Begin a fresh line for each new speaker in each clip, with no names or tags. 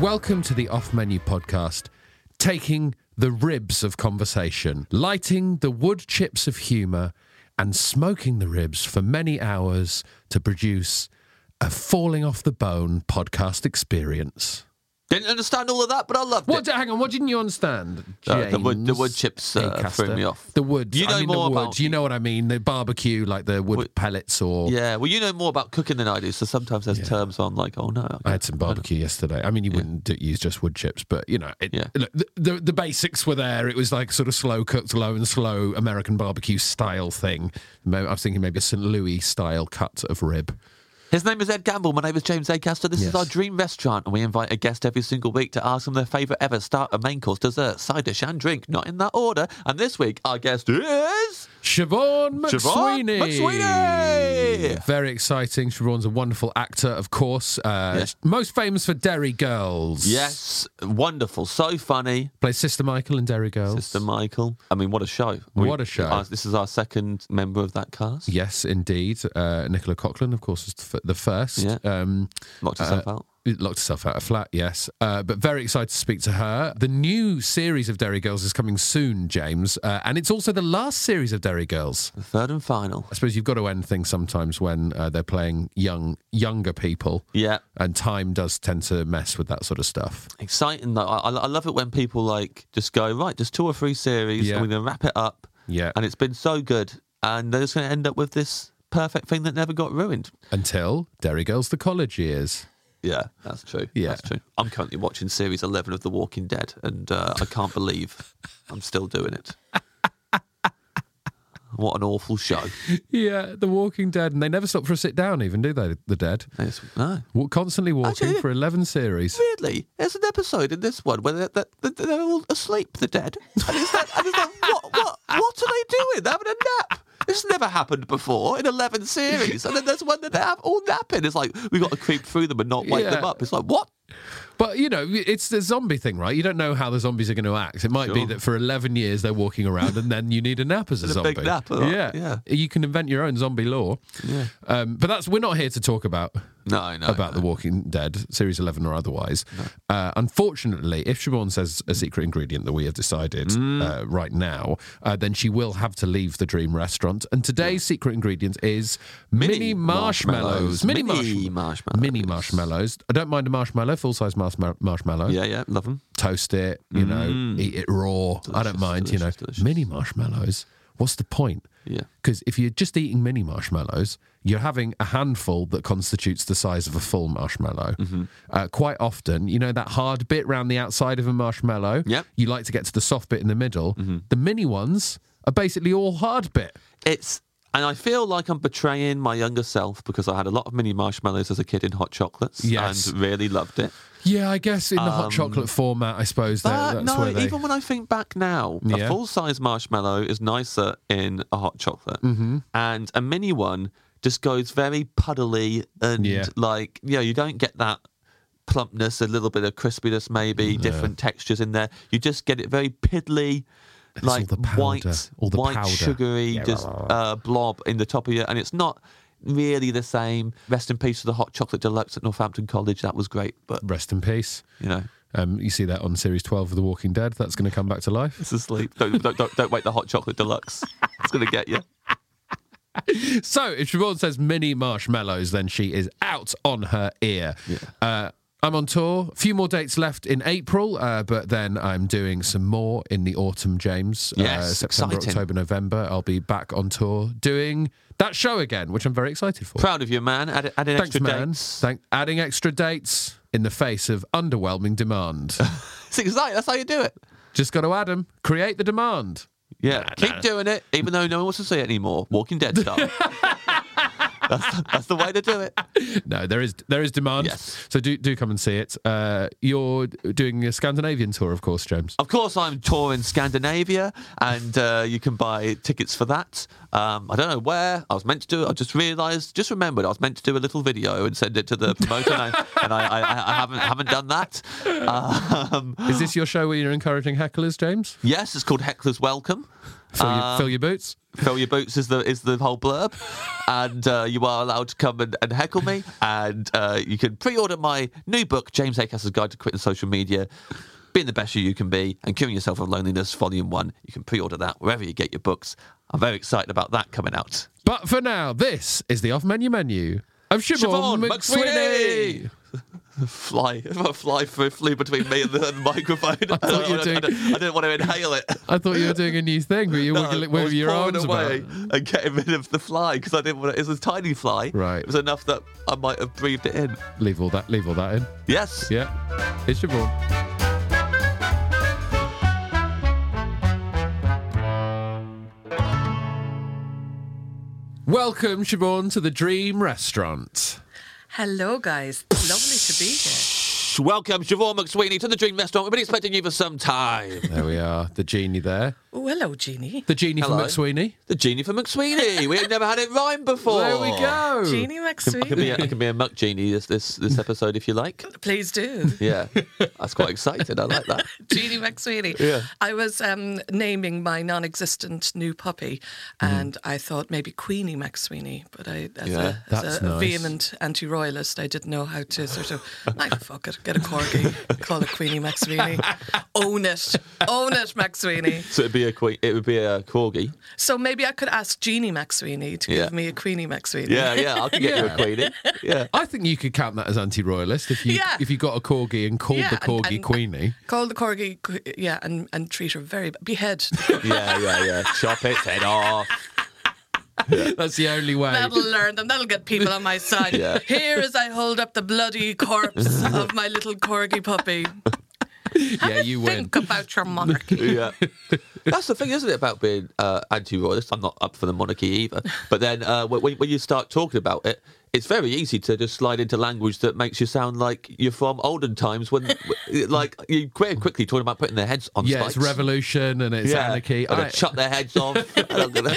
Welcome to the Off Menu Podcast, taking the ribs of conversation, lighting the wood chips of humour, and smoking the ribs for many hours to produce a falling off the bone podcast experience.
Didn't understand all of that, but I loved
What?
it.
Hang on. What didn't you understand?
Uh, the wood- the
James
wood chips, uh,
Acaster?
threw me off.
The wood.
You know
I mean,
more
the wood.
about-
You know what I mean? The barbecue, like the wood
Wood-
pellets, or
Yeah, well, you know more about cooking than I do, so sometimes there's terms on like, oh no,
I had some barbecue yesterday. I mean, you wouldn't do, use just wood chips, but you know, it,
Yeah.
look, the, the the basics were there. It was like sort of slow cooked, low and slow American barbecue style thing. Mo- I was thinking maybe a St. Louis style cut of rib.
His name is Ed Gamble. My name is James Acaster. This
Yes.
is our dream restaurant, and we invite a guest every single week to ask them their favourite ever starter, main course, dessert, side dish, and drink, not in that order. And this week, our guest is.
Siobhan
Siobhan
McSweeney.
McSweeney!
Very exciting. Siobhan's a wonderful actor, of course. Uh,
Yes.
Most famous for Derry Girls.
Yes, wonderful, so funny,
Plays Sister Michael in Derry Girls.
Sister Michael. I mean, what a show! We-
Oh. What a show.
uh, This is our second member of that cast.
Yes, indeed. Uh, Nicola Coughlin, of course, is the f- the first.
Yeah.
Um,
Knocked herself
uh,
out.
it Locked herself out of flat, yes. Uh, but very excited to speak to her. The new series of Derry Girls is coming soon, James. Uh, and it's also the last series of Derry Girls.
The third and final.
I suppose you've got to end things sometimes when uh, they're playing young, younger people.
Yeah.
And time does tend to mess with that sort of stuff.
exciting though. I, I I love it when people like just go right, just two or three series,
Yeah.
and we're gonna wrap it up.
Yeah.
and it's been so good, and they're just gonna end up with this perfect thing that never got ruined.
Until Derry Girls, the college years.
Yeah, that's true.
Yeah.
that's true. I'm currently watching series eleven of The Walking Dead, and uh, I can't believe I'm still doing it. What an awful show!
Yeah, The Walking Dead. And they never stop for a sit down, even, do they, the dead?
It's- no,
Wa- Constantly walking
Actually-
for 11 series.
weirdly, there's an episode in this one where they're, they're, they're all asleep, the dead. And it's like, and it's like what, what, what are they doing? They're having a nap. This never happened before in 11 series. And then there's one that they have all napping. It's like, we've got to creep through them and not wake them
Yeah.
up. It's like, what?
But you know, it's the zombie thing, right? You don't know how the zombies are going to act. It might be
Sure.
that for eleven years they're walking around, and then you need a nap as a
And a
zombie.
big nap, all right,
yeah.
yeah.
You can invent your own zombie law. Yeah. Um, but that's we're not here to talk about
No, no.
about The Walking Dead series eleven or otherwise. Uh, unfortunately, if Siobhan says a secret ingredient that we have decided
Mm.
uh, right now, uh, then she will have to leave the Dream Restaurant. And today's secret ingredient is mini, marshmallows.
Mini
marshmallows.
marshmallows.
Mini marshmallows. I don't mind a marshmallow, full size marshmallow. marshmallow.
Yeah, yeah, love them.
Toast it, you know, eat it raw. I don't
Delicious,
mind, you know.
delicious, delicious.
Mini marshmallows. What's the point?
Yeah.
Because if you're just eating mini marshmallows, you're having a handful that constitutes the size of a full marshmallow. Uh, quite often, you know, that hard bit round the outside of a marshmallow,
Yep.
you like to get to the soft bit in the middle. The mini ones are basically all hard bit.
It's. And I feel like I'm betraying my younger self because I had a lot of mini marshmallows as a kid in hot chocolates
Yes.
and really loved it.
Yeah, I guess in the hot chocolate format, I suppose that,
But
that's
no,
where they.
even when I think back now,
Yeah.
a full size marshmallow is nicer in a hot chocolate,
Mm-hmm.
and a mini one just goes very puddly and
Yeah.
like you know you don't get that plumpness, a little bit of crispiness, maybe different textures in there. You just get it very piddly.
all
Like
the powder,
white,
all the
white
powder.
sugary,
Yeah,
just uh, blob in the top of your, and it's not really the same. Rest in peace to the hot chocolate deluxe at Northampton College. That was great, but
Rest in peace.
you know,
Um, you see that on series 12 of The Walking Dead. That's going to come back to life.
It's asleep. Don't, don't, don't, don't wait the hot chocolate deluxe. It's going to get you.
So if Siobhan says mini marshmallows, then she is out on her ear. Uh, I'm on tour. A few more dates left in April, uh, but then I'm doing some more in the autumn, James. uh,
Yes,
September,
exciting.
October, November. I'll be back on tour doing that show again, which I'm very excited for.
Proud of you, man. Add, add in
Thanks,
extra
man.
dates.
Thank- adding extra dates in the face of underwhelming demand.
It's exciting. That's how you do it.
Just got to add 'em. create the demand.
Yeah. Keep doing it, even though no one wants to see it anymore. Walking Dead style. that's, that's the way to do it.
No, there is there is demand.
Yes.
So do do come and see it. Uh, you're doing a Scandinavian tour, of course, James.
Of course, I'm touring Scandinavia, and uh, you can buy tickets for that. Um, I don't know where I was meant to do it. I just realised, just remembered, I was meant to do a little video and send it to the promoter, and I, and I, I, I haven't haven't done that. Um,
Is this your show where you're encouraging hecklers, James?
yes, it's called Heckler's Welcome.
Fill,
Um,
your, fill your boots.
Fill your boots is the is the whole blurb, and uh, you are allowed to come and, and heckle me. And uh, you can pre-order my new book, James Acaster's Guide to Quitting Social Media, Being the Best You You Can Be, and Curing Yourself of Loneliness, Volume One. You can pre-order that wherever you get your books. I'm very excited about that coming out.
But for now, this is the off-menu menu of Siobhan,
Siobhan
McSweeney.
McSweeney. Fly, fly, flew, flew between me and the, and the microphone. I,
thought you
don't- I, don't- I,
did.
don't- I didn't want to inhale it.
I thought you were doing a new thing where you were
No,
wiggling-
I
waving
was
your
pulling
arms
away
about.
and getting rid of the fly because I didn't want it. It was a tiny fly.
Right.
It was enough that I might have breathed it in.
Leave all that. Leave all that in.
Yes.
Yeah, it's Siobhan. Welcome, Siobhan, to the Dream Restaurant.
Hello, guys. Lovely to be here.
Welcome, Siobhan McSweeney, to the Dream Restaurant. We've been expecting you for some time.
There we are, the genie there.
Oh, hello, Jeannie.
The genie
Hello.
from McSweeney.
the genie for McSweeney. We had never had it rhyme before.
There we go.
Jeannie
I can be a,
McSween.
I can be a muck genie this, this this episode if you like.
Please do.
Yeah, that's quite excited. I like that.
Jeannie McSweeney.
Yeah.
I was um, naming my non existent new puppy, and I thought maybe Queenie McSweeney, but I,
Mm-hmm.
as
Yeah,
a, as
that's
a
nice.
vehement anti royalist, I didn't know how to sort of, I fuck it, get a corgi, call it Queenie McSweeney. Own it. Own it, McSweeney.
So it'd be a queen. It would be a corgi.
So maybe I could ask Jeannie McSweeney to
Yeah.
give me a Queenie McSweeney.
Yeah, yeah. I could get
Yeah.
you a queenie. Yeah.
I think you could count that as anti-royalist if you
Yeah.
if you got a corgi and called
Yeah,
the
and-
corgi
and-
Queenie.
Call the corgi, qu- yeah, and, and treat her very behead. the
Yeah, yeah, yeah. Chop its head off.
That's the only way.
corgi. That'll learn them. That'll get people on my side.
Yeah.
Here as I hold up the bloody corpse of my little corgi puppy.
yeah, you win.
Think about your monarchy.
yeah. That's the thing, isn't it, about being uh, anti-royalist? I'm not up for the monarchy either. But then uh, when, when you start talking about it, it's very easy to just slide into language that makes you sound like you're from olden times when, like, you very quickly talking about putting their heads on
Yeah,
spikes.
it's revolution and it's anarchy.
I'm
I-
gonna chop their heads off. and I'm gonna,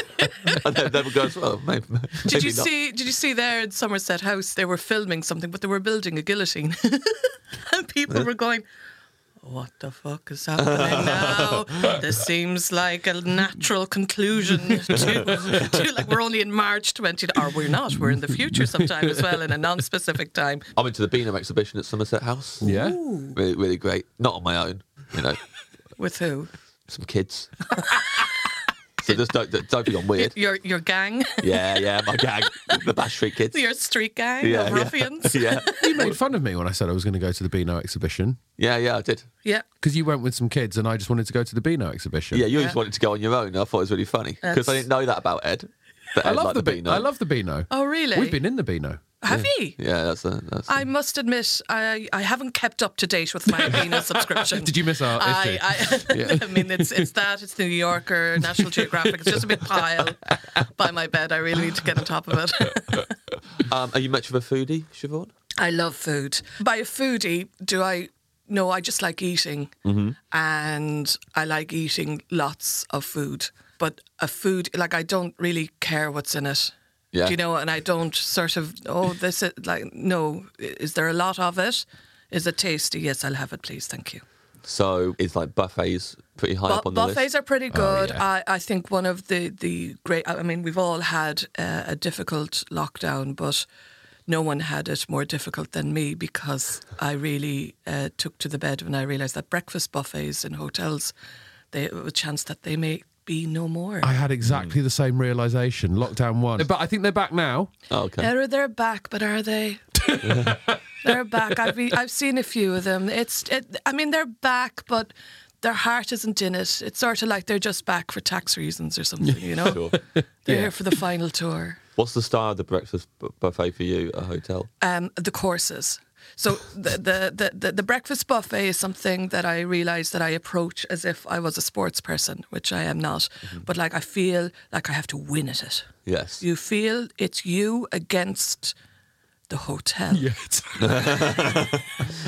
and then everyone goes, well, maybe,
Did you
maybe not.
see? Did you see there in Somerset House? They were filming something, but they were building a guillotine, and people were going, "What the fuck is happening now? This seems like a natural conclusion to, to like we're only in March 20, or we're not. We're in the future sometime as well, in a non-specific time.
I went to the Beano exhibition at Somerset House.
Yeah.
Really, really great. Not on my own, you know,
With who?
some kids. so just don't, don't be on weird.
Your your gang,
Yeah, yeah, my gang, the Bash Street Kids.
your street gang
yeah,
of ruffians.
Yeah,
You made fun of me when I said I was going to go to the Beano exhibition
yeah, yeah, I did.
yeah.
because you went with some kids and I just wanted to go to the Beano exhibition.
Yeah, you just wanted to go on your own. and I thought it was really funny because I
That's-
didn't know that about Ed. that
I
Ed
love
liked
the Be-
Beano.
I love the Beano.
Oh, really?
We've been in the Beano.
Have ye?
Yeah, that's a, that's.
I must admit, I, I haven't kept up to date with my Beano subscription.
Did you miss our
I,
issue?
I, I mean, it's it's that, it's the New Yorker, National Geographic. It's just a big pile by my bed. I really need to get on top of it.
um, are you much of a foodie, Siobhan?
I love food. By a foodie, do I? No, I just like eating, and I like eating lots of food. But a food, like I don't really care what's in it.
Yeah.
Do you know? And I don't sort of oh, this is like no. Is there a lot of it? Is it tasty? Yes, I'll have it, please. Thank you.
So it's like buffets pretty high up
Bu-
on the
buffets
list. Oh,
are pretty good.
yeah.
I, I think one of the, the great, I mean, we've all had uh, a difficult lockdown, but no one had it more difficult than me because I really uh, took to the bed when I realised that breakfast buffets in hotels, they it was a chance that they may be no more.
I had
Hmm.
exactly the same realization. Lockdown one, but I think they're back now.
Oh, okay.
They're, they're back, but are they? they're back. I've, re- I've seen a few of them. It's it, I mean, they're back, but their heart isn't in it. It's sort of like they're just back for tax reasons or something, you know? They're here for the final tour.
What's the style of the breakfast bu- buffet for you at a hotel?
um, the courses. So the, the, the, the, the breakfast buffet is something that I realize that I approach as if I was a sports person, which I am not. But like I feel like I have to win at it.
Yes.
You feel it's you against the hotel,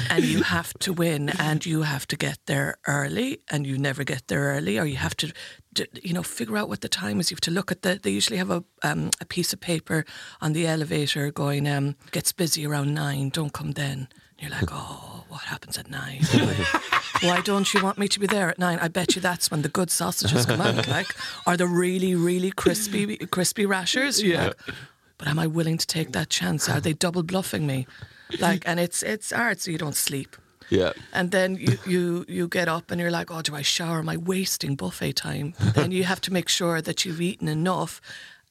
and you have to win, and you have to get there early, and you never get there early, or you have to, d- you know, figure out what the time is. You have to look at the. They usually have a um, a piece of paper on the elevator going, um, gets busy around nine. Don't come then. And you're like, oh, what happens at nine? Why don't you want me to be there at nine? I bet you that's when the good sausages come out, like, or the really, really crispy, crispy rashers. You're like, but am I willing to take that chance? Are they double bluffing me? Like, and it's it's art, so you don't sleep.
Yeah.
And then you, you, you get up and you're like, oh, do I shower? Am I wasting buffet time? then you have to make sure that you've eaten enough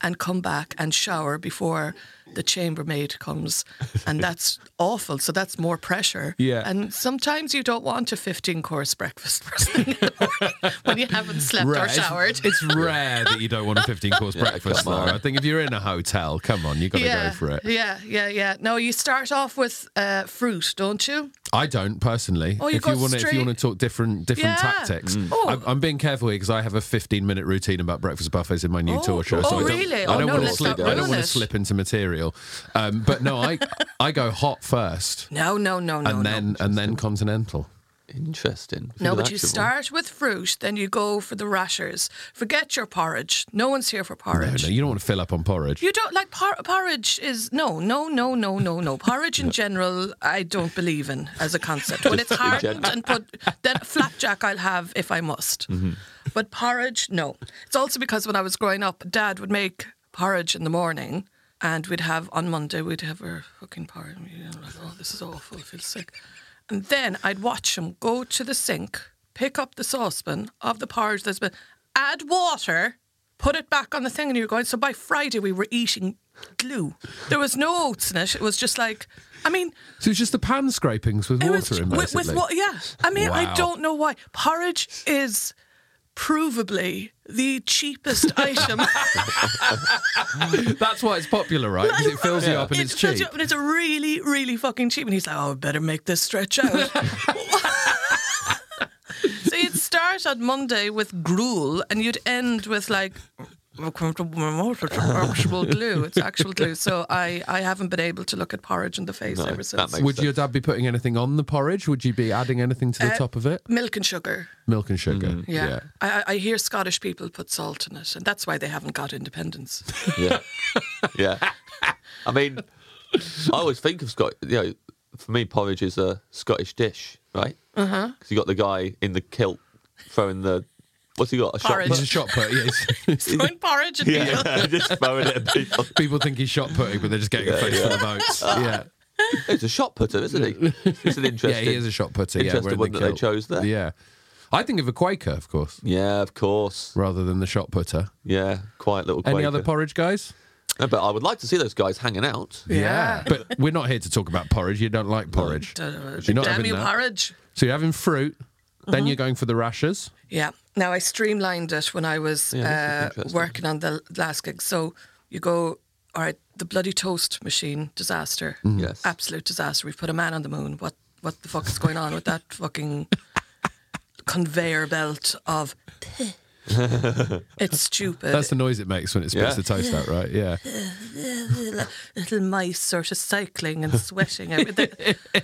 and come back and shower before the chambermaid comes. And that's awful. So that's more pressure.
Yeah.
And sometimes you don't want a 15 course breakfast first thing in the morning when you haven't slept or
It's-
showered.
It's, rare that you don't want a 15 course breakfast,
come
though.
on.
I think if you're in a hotel, come on, you've got to
yeah,
go for it.
yeah, yeah, yeah. No, you start off with uh, fruit, don't you?
I don't personally.
Oh, you
if you
go
want, to, if you
straight-
want to talk different different
Yeah.
tactics,
Oh.
I'm, I'm being careful here because I have a 15 minute routine about breakfast buffets in my new
Oh,
tour show.
oh,
I don't, I
really? Oh,
don't
no,
want to
let's
slip.
not
I don't
ruin
want to
it.
slip into material. Um, but no, I I go hot first,
No, no, no, no.
and
no.
then and then continental.
Interesting.
No, but you
Delectable.
start with fruit, then you go for the rashers. Forget your porridge. No one's here for
No,
porridge.
no, you don't want to fill up on porridge.
You don't like por- porridge is no, no, no, no, no, no. Porridge in general, I don't believe in as a concept. When it's hardened and put, then flapjack I'll have if I must. But porridge, no. It's also because when I was growing up, Dad would make porridge in the morning, and we'd have on Monday we'd have our fucking porridge. and we'd be like, oh, this is awful. I feel sick. And then I'd watch him go to the sink, pick up the saucepan of the porridge that's been, add water put it back on the thing and you're going so by friday we were eating glue there was no oats in it it was just like i mean
So it's just the pan scrapings with
it
water
was
in
with,
basically.
with what yeah i mean
Wow.
i don't know why porridge is provably the cheapest item
That's why it's popular, right? Because it fills you up and it's
It fills
cheap.
you up and it's a really really fucking cheap and he's like oh I better make this stretch out so you'd start on monday with gruel and you'd end with like Welcome to my mouth, it's actual glue. It's actual glue. So I, I haven't been able to look at porridge in the face ever since.
makes-
Would your dad be putting anything on the porridge? Would you be adding anything to the top of it?
Milk and sugar.
Milk and sugar.
Uh, Mm-hmm. Yeah. I, I I hear Scottish people put salt in it, and that's why they haven't got independence.
Yeah. yeah. I mean, I always think of Scott. You know, for me, porridge is a Scottish dish, right? Uh huh. Because you got the guy in the kilt throwing the. What's he got? A shot
Porridge.
put?
He's a shot put. Yeah, he's-
Throwing porridge at people.
Yeah, just throwing it at people.
people think he's shot putting, but they're just getting a face full of votes. Yeah.
He's a shot putter, isn't he? It's an interesting.
Yeah, he is a shot putter. yeah,
Interesting
wearing the
one that they
kilt.
chose there.
Yeah. I think of a Quaker, of course,
Yeah, of course.
rather than the shot putter.
Yeah, quiet little.
Any other
Quaker.
porridge, guys?
No, but I would like to see those guys hanging out.
Yeah.
But we're not here to talk about porridge. You don't like porridge. You're not
Damn
having
you,
that.
porridge.
So you're having fruit,
Uh-huh.
then you're going for the rashers.
Yeah. Now I streamlined it when I was
Yeah, this is
uh,
interesting.
working on the last gig. So you go, all right, the bloody toast machine disaster,
Mm-hmm. Yes.
absolute disaster. We've put a man on the moon. What what the fuck is going on with that fucking conveyor belt of It's stupid.
That's the noise it makes when it spits
Yeah.
the toast out, right? Yeah.
little mice sort of cycling and sweating everything.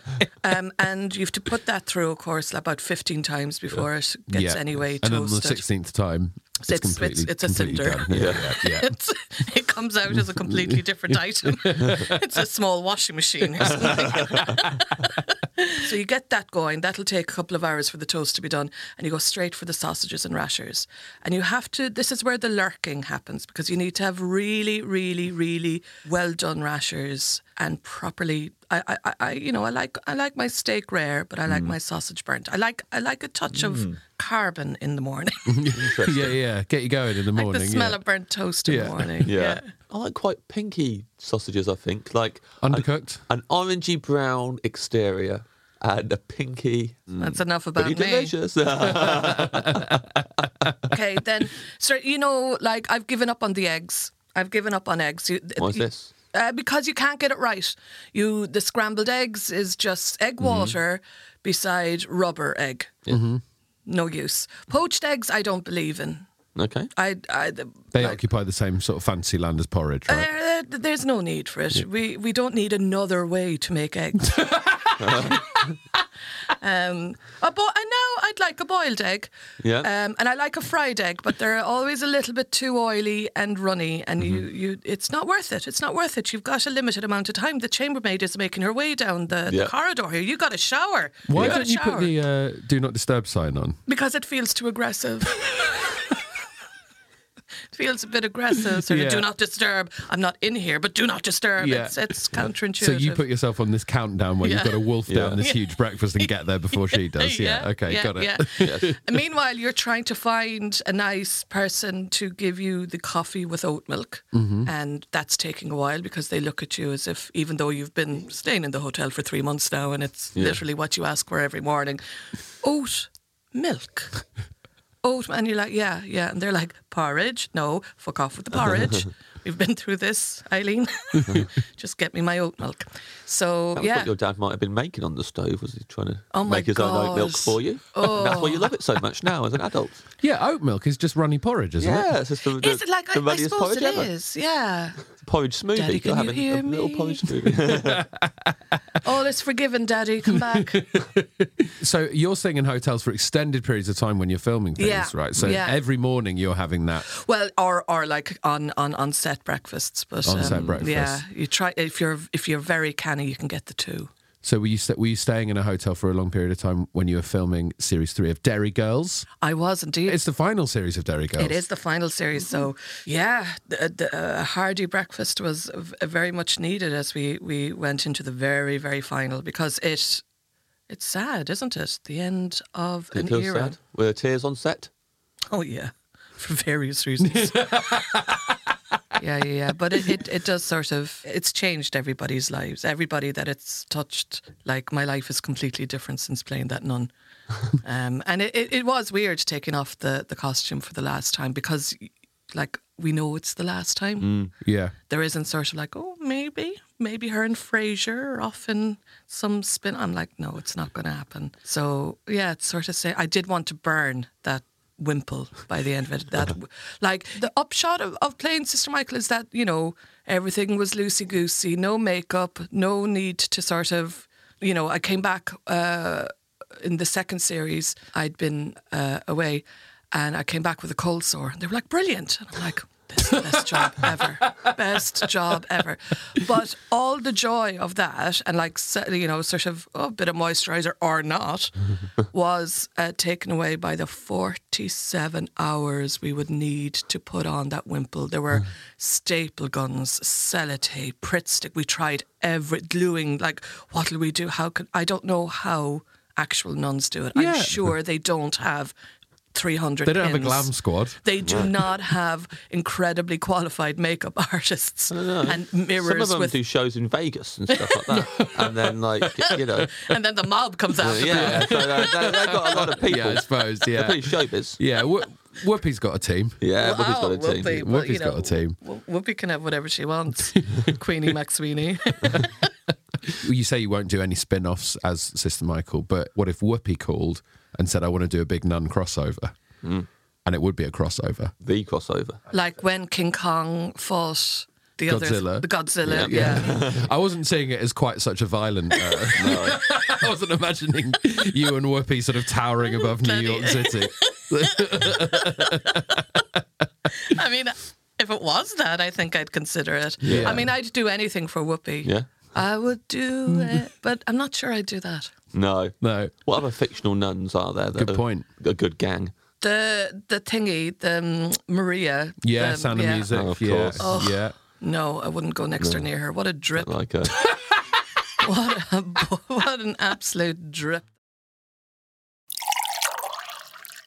um, and you have to put that through, of course, about 15 times before it gets
yeah.
any way
And then the
toasted.
sixteenth time, it's,
It's- it's-
completely,
it's a
completely
cinder.
done. Yeah, yeah. yeah.
It's, it comes out as a completely different item. it's a small washing machine or something. so you get that going. That'll take a couple of hours for the toast to be done. And you go straight for the sausages and rashers. And you have to, this is where the lurking happens because you need to have really, really, really well done rashers and properly. I, I- I, I, you know, I like I like my steak rare, but I like
Mm.
my sausage burnt. I like I like a touch of carbon in the morning,
yeah, yeah. Get you going in the
like
morning.
the smell
yeah.
of burnt toast in
Yeah.
the morning.
Yeah. I like quite pinky sausages, I think. Like
Undercooked?
An, an orangey brown exterior and a pinky.
That's enough about
Pretty
me.
delicious.
Okay, then, so you know, like I've given up on the eggs. I've given up on eggs. You,
Why is
you-
this?
Uh, because you can't get it right. You the scrambled eggs is just egg water beside rubber egg. No use. Poached eggs, I don't believe in.
okay.
I, I the-
They
like-
occupy the same sort of fancy land as porridge, right?
Uh, there's no need for it. We we don't need another way to make eggs. um, a bo- and now I'd like a boiled egg.
Yeah.
Um, and I like a fried egg, but they're always a little bit too oily and runny, and you,
Mm-hmm.
you it's not worth it. It's not worth it. You've got a limited amount of time. The chambermaid is making her way down the,
Yeah.
the corridor here. You got to shower.
Why
you got
don't you put the uh, "Do Not Disturb" sign on?
because it feels too aggressive. it feels a bit aggressive. Sort
Yeah.
of do not disturb. I'm not in here, but do not disturb.
Yeah.
It's, it's counterintuitive.
So you put yourself on this countdown where you've
Yeah.
got to wolf
Yeah.
down this huge breakfast and get there before she does. Yeah. Okay.
yeah,
got it.
yeah. And Meanwhile, you're trying to find a nice person to give you the coffee with oat milk,
Mm-hmm.
and that's taking a while because they look at you as if, even though you've been staying in the hotel for three months now, and it's literally what you ask for every morning, oat milk. oat and you're like yeah yeah and they're like porridge no fuck off with the porridge we've been through this eileen just get me my oat milk so
That was
yeah
what your dad might have been making on the stove. Was he trying to
Oh my
make his own oat milk
gosh. Oh.
for you? That's why you love it so much now as an adult.
Yeah, Oat milk is just runny porridge, isn't
Yeah,
it?
it's just the, the,
is it like I,
the
I
runniest
suppose
porridge
it
ever.
is yeah
Porridge smoothie.
Daddy,
You're
can you
having
hear
a little
me?
porridge smoothie.
all is Oh, forgiven daddy come back
So you're staying in hotels for extended periods of time when you're filming things,
Yeah,
right? So
yeah.
every morning you're having that.
Well, or or like on on on set breakfasts, but um,
On set
yeah,
breakfast.
you try if you're if you're very canny, you can get the two.
So were you sta- were you staying in a hotel for a long period of time when you were filming series three of Derry Girls?
I was indeed.
It's the final series of Derry Girls.
It is the final series, so yeah, the, the, a hearty breakfast was v- very much needed as we we went into the very very final because it it's sad, isn't it? The end of
Did it
an
feel
era.
sad? Were there tears on set?
Oh yeah, for various reasons. yeah, yeah, yeah. But it, it, it does sort of it's changed everybody's lives. Everybody that it's touched, like my life is completely different since playing that nun. Um, and it, it, it was weird taking off the the costume for the last time because, like, we know it's the last time
Yeah.
there isn't sort of like, oh, maybe, maybe her and Fraser are off in some spin. I'm like, no, it's not going to happen. So yeah, it's sort of say I did want to burn that wimple by the end of it. That like the upshot of, of playing Sister Michael is that you know everything was loosey goosey, no makeup, no need to sort of, you know, I came back. Uh, in the second series, I'd been uh, away and I came back with a cold sore. And they were like, brilliant. And I'm like, this is the best job ever. Best job ever. But all the joy of that and like, so- you know, sort of oh, a bit of moisturizer or not was uh, taken away by the 47 hours we would need to put on that wimple. There were staple guns, sellotape, Pritt stick. We tried every gluing, like, what'll we do? How could I don't know how actual nuns do it.
Yeah.
I'm sure they don't have 300
They don't have a
pins.
glam squad.
They do not have incredibly qualified makeup artists and
Some of
mirrors
them
with.
do shows in Vegas and stuff like that. and then, like, you know,
And then the mob comes out.
yeah, so they, they, they've got a lot of people.
Yeah, I suppose.
They're
Yeah.
pretty showbiz.
Yeah. Wh- Whoopi's got a team.
Yeah, Whoopi's got a
Wow,
team.
Whoopi, well,
Whoopi's
you know,
got a team.
Wh- Whoopi can have whatever she wants. Queenie McSweeney.
You say you won't do any spin offs as
Mm.
Sister Michael, but what if Whoopi called and said, I want to do a big nun crossover? and it would be a crossover.
The crossover.
Like when King Kong fought the
Godzilla.
other the Godzilla, yeah.
I wasn't seeing it as quite such a violent. Uh, I wasn't imagining you and Whoopi sort of towering above New
Bloody-
York City.
I mean, if it was that, I think I'd consider it. I mean, I'd do anything for Whoopi.
Yeah.
I would do it, but I'm not sure I'd do that.
No.
No.
What other fictional nuns are there? That
Good
are
point.
A good gang.
The the thingy, the um, Maria.
Yeah,
the-
sound of
yeah.
music.
Oh, of
yeah,
course.
yeah.
No, I wouldn't go next or near her. What a drip!
Like uh, a.
What a, what an absolute drip!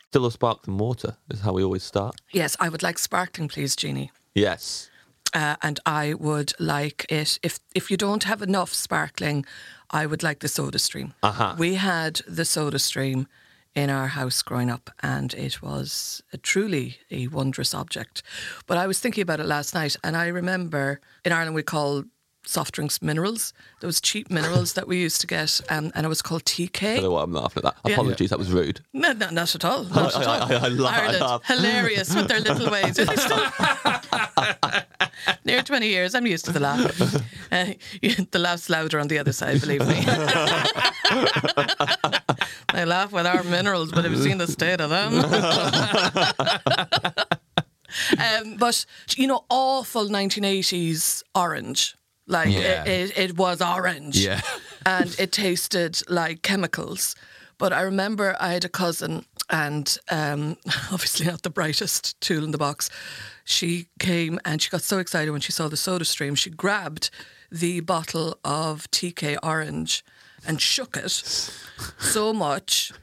Still a spark than water is how we always start.
Yes, I would like sparkling, please, Jeannie.
Yes.
Uh, and I would like it if if you don't have enough sparkling, I would like the Soda Stream.
Uh-huh.
We had the Soda Stream in our house growing up, and it was a truly a wondrous object. But I was thinking about it last night, and I remember in Ireland we call soft drinks minerals. There was cheap minerals that we used to get, um, and it was called TK.
I don't know why I'm laughing at that. Apologies, that was rude.
No, no, not at all. Not
I-
at
I-
all.
I- I laugh- I
Ireland,
laugh.
Er hilarious with their little ways. They still- Near 20 years, I'm used to the laugh. Uh, the laugh's louder on the other side, believe me. they laugh with our minerals, but have you seen the state of them? um, but, you know, awful 1980s orange. Like,
Yeah.
it, it, it was orange
Yeah.
and it tasted like chemicals. But I remember I had a cousin, and um, obviously not the brightest tool in the box. She came and she got so excited when she saw the soda stream. She grabbed the bottle of TK Orange and shook it so much.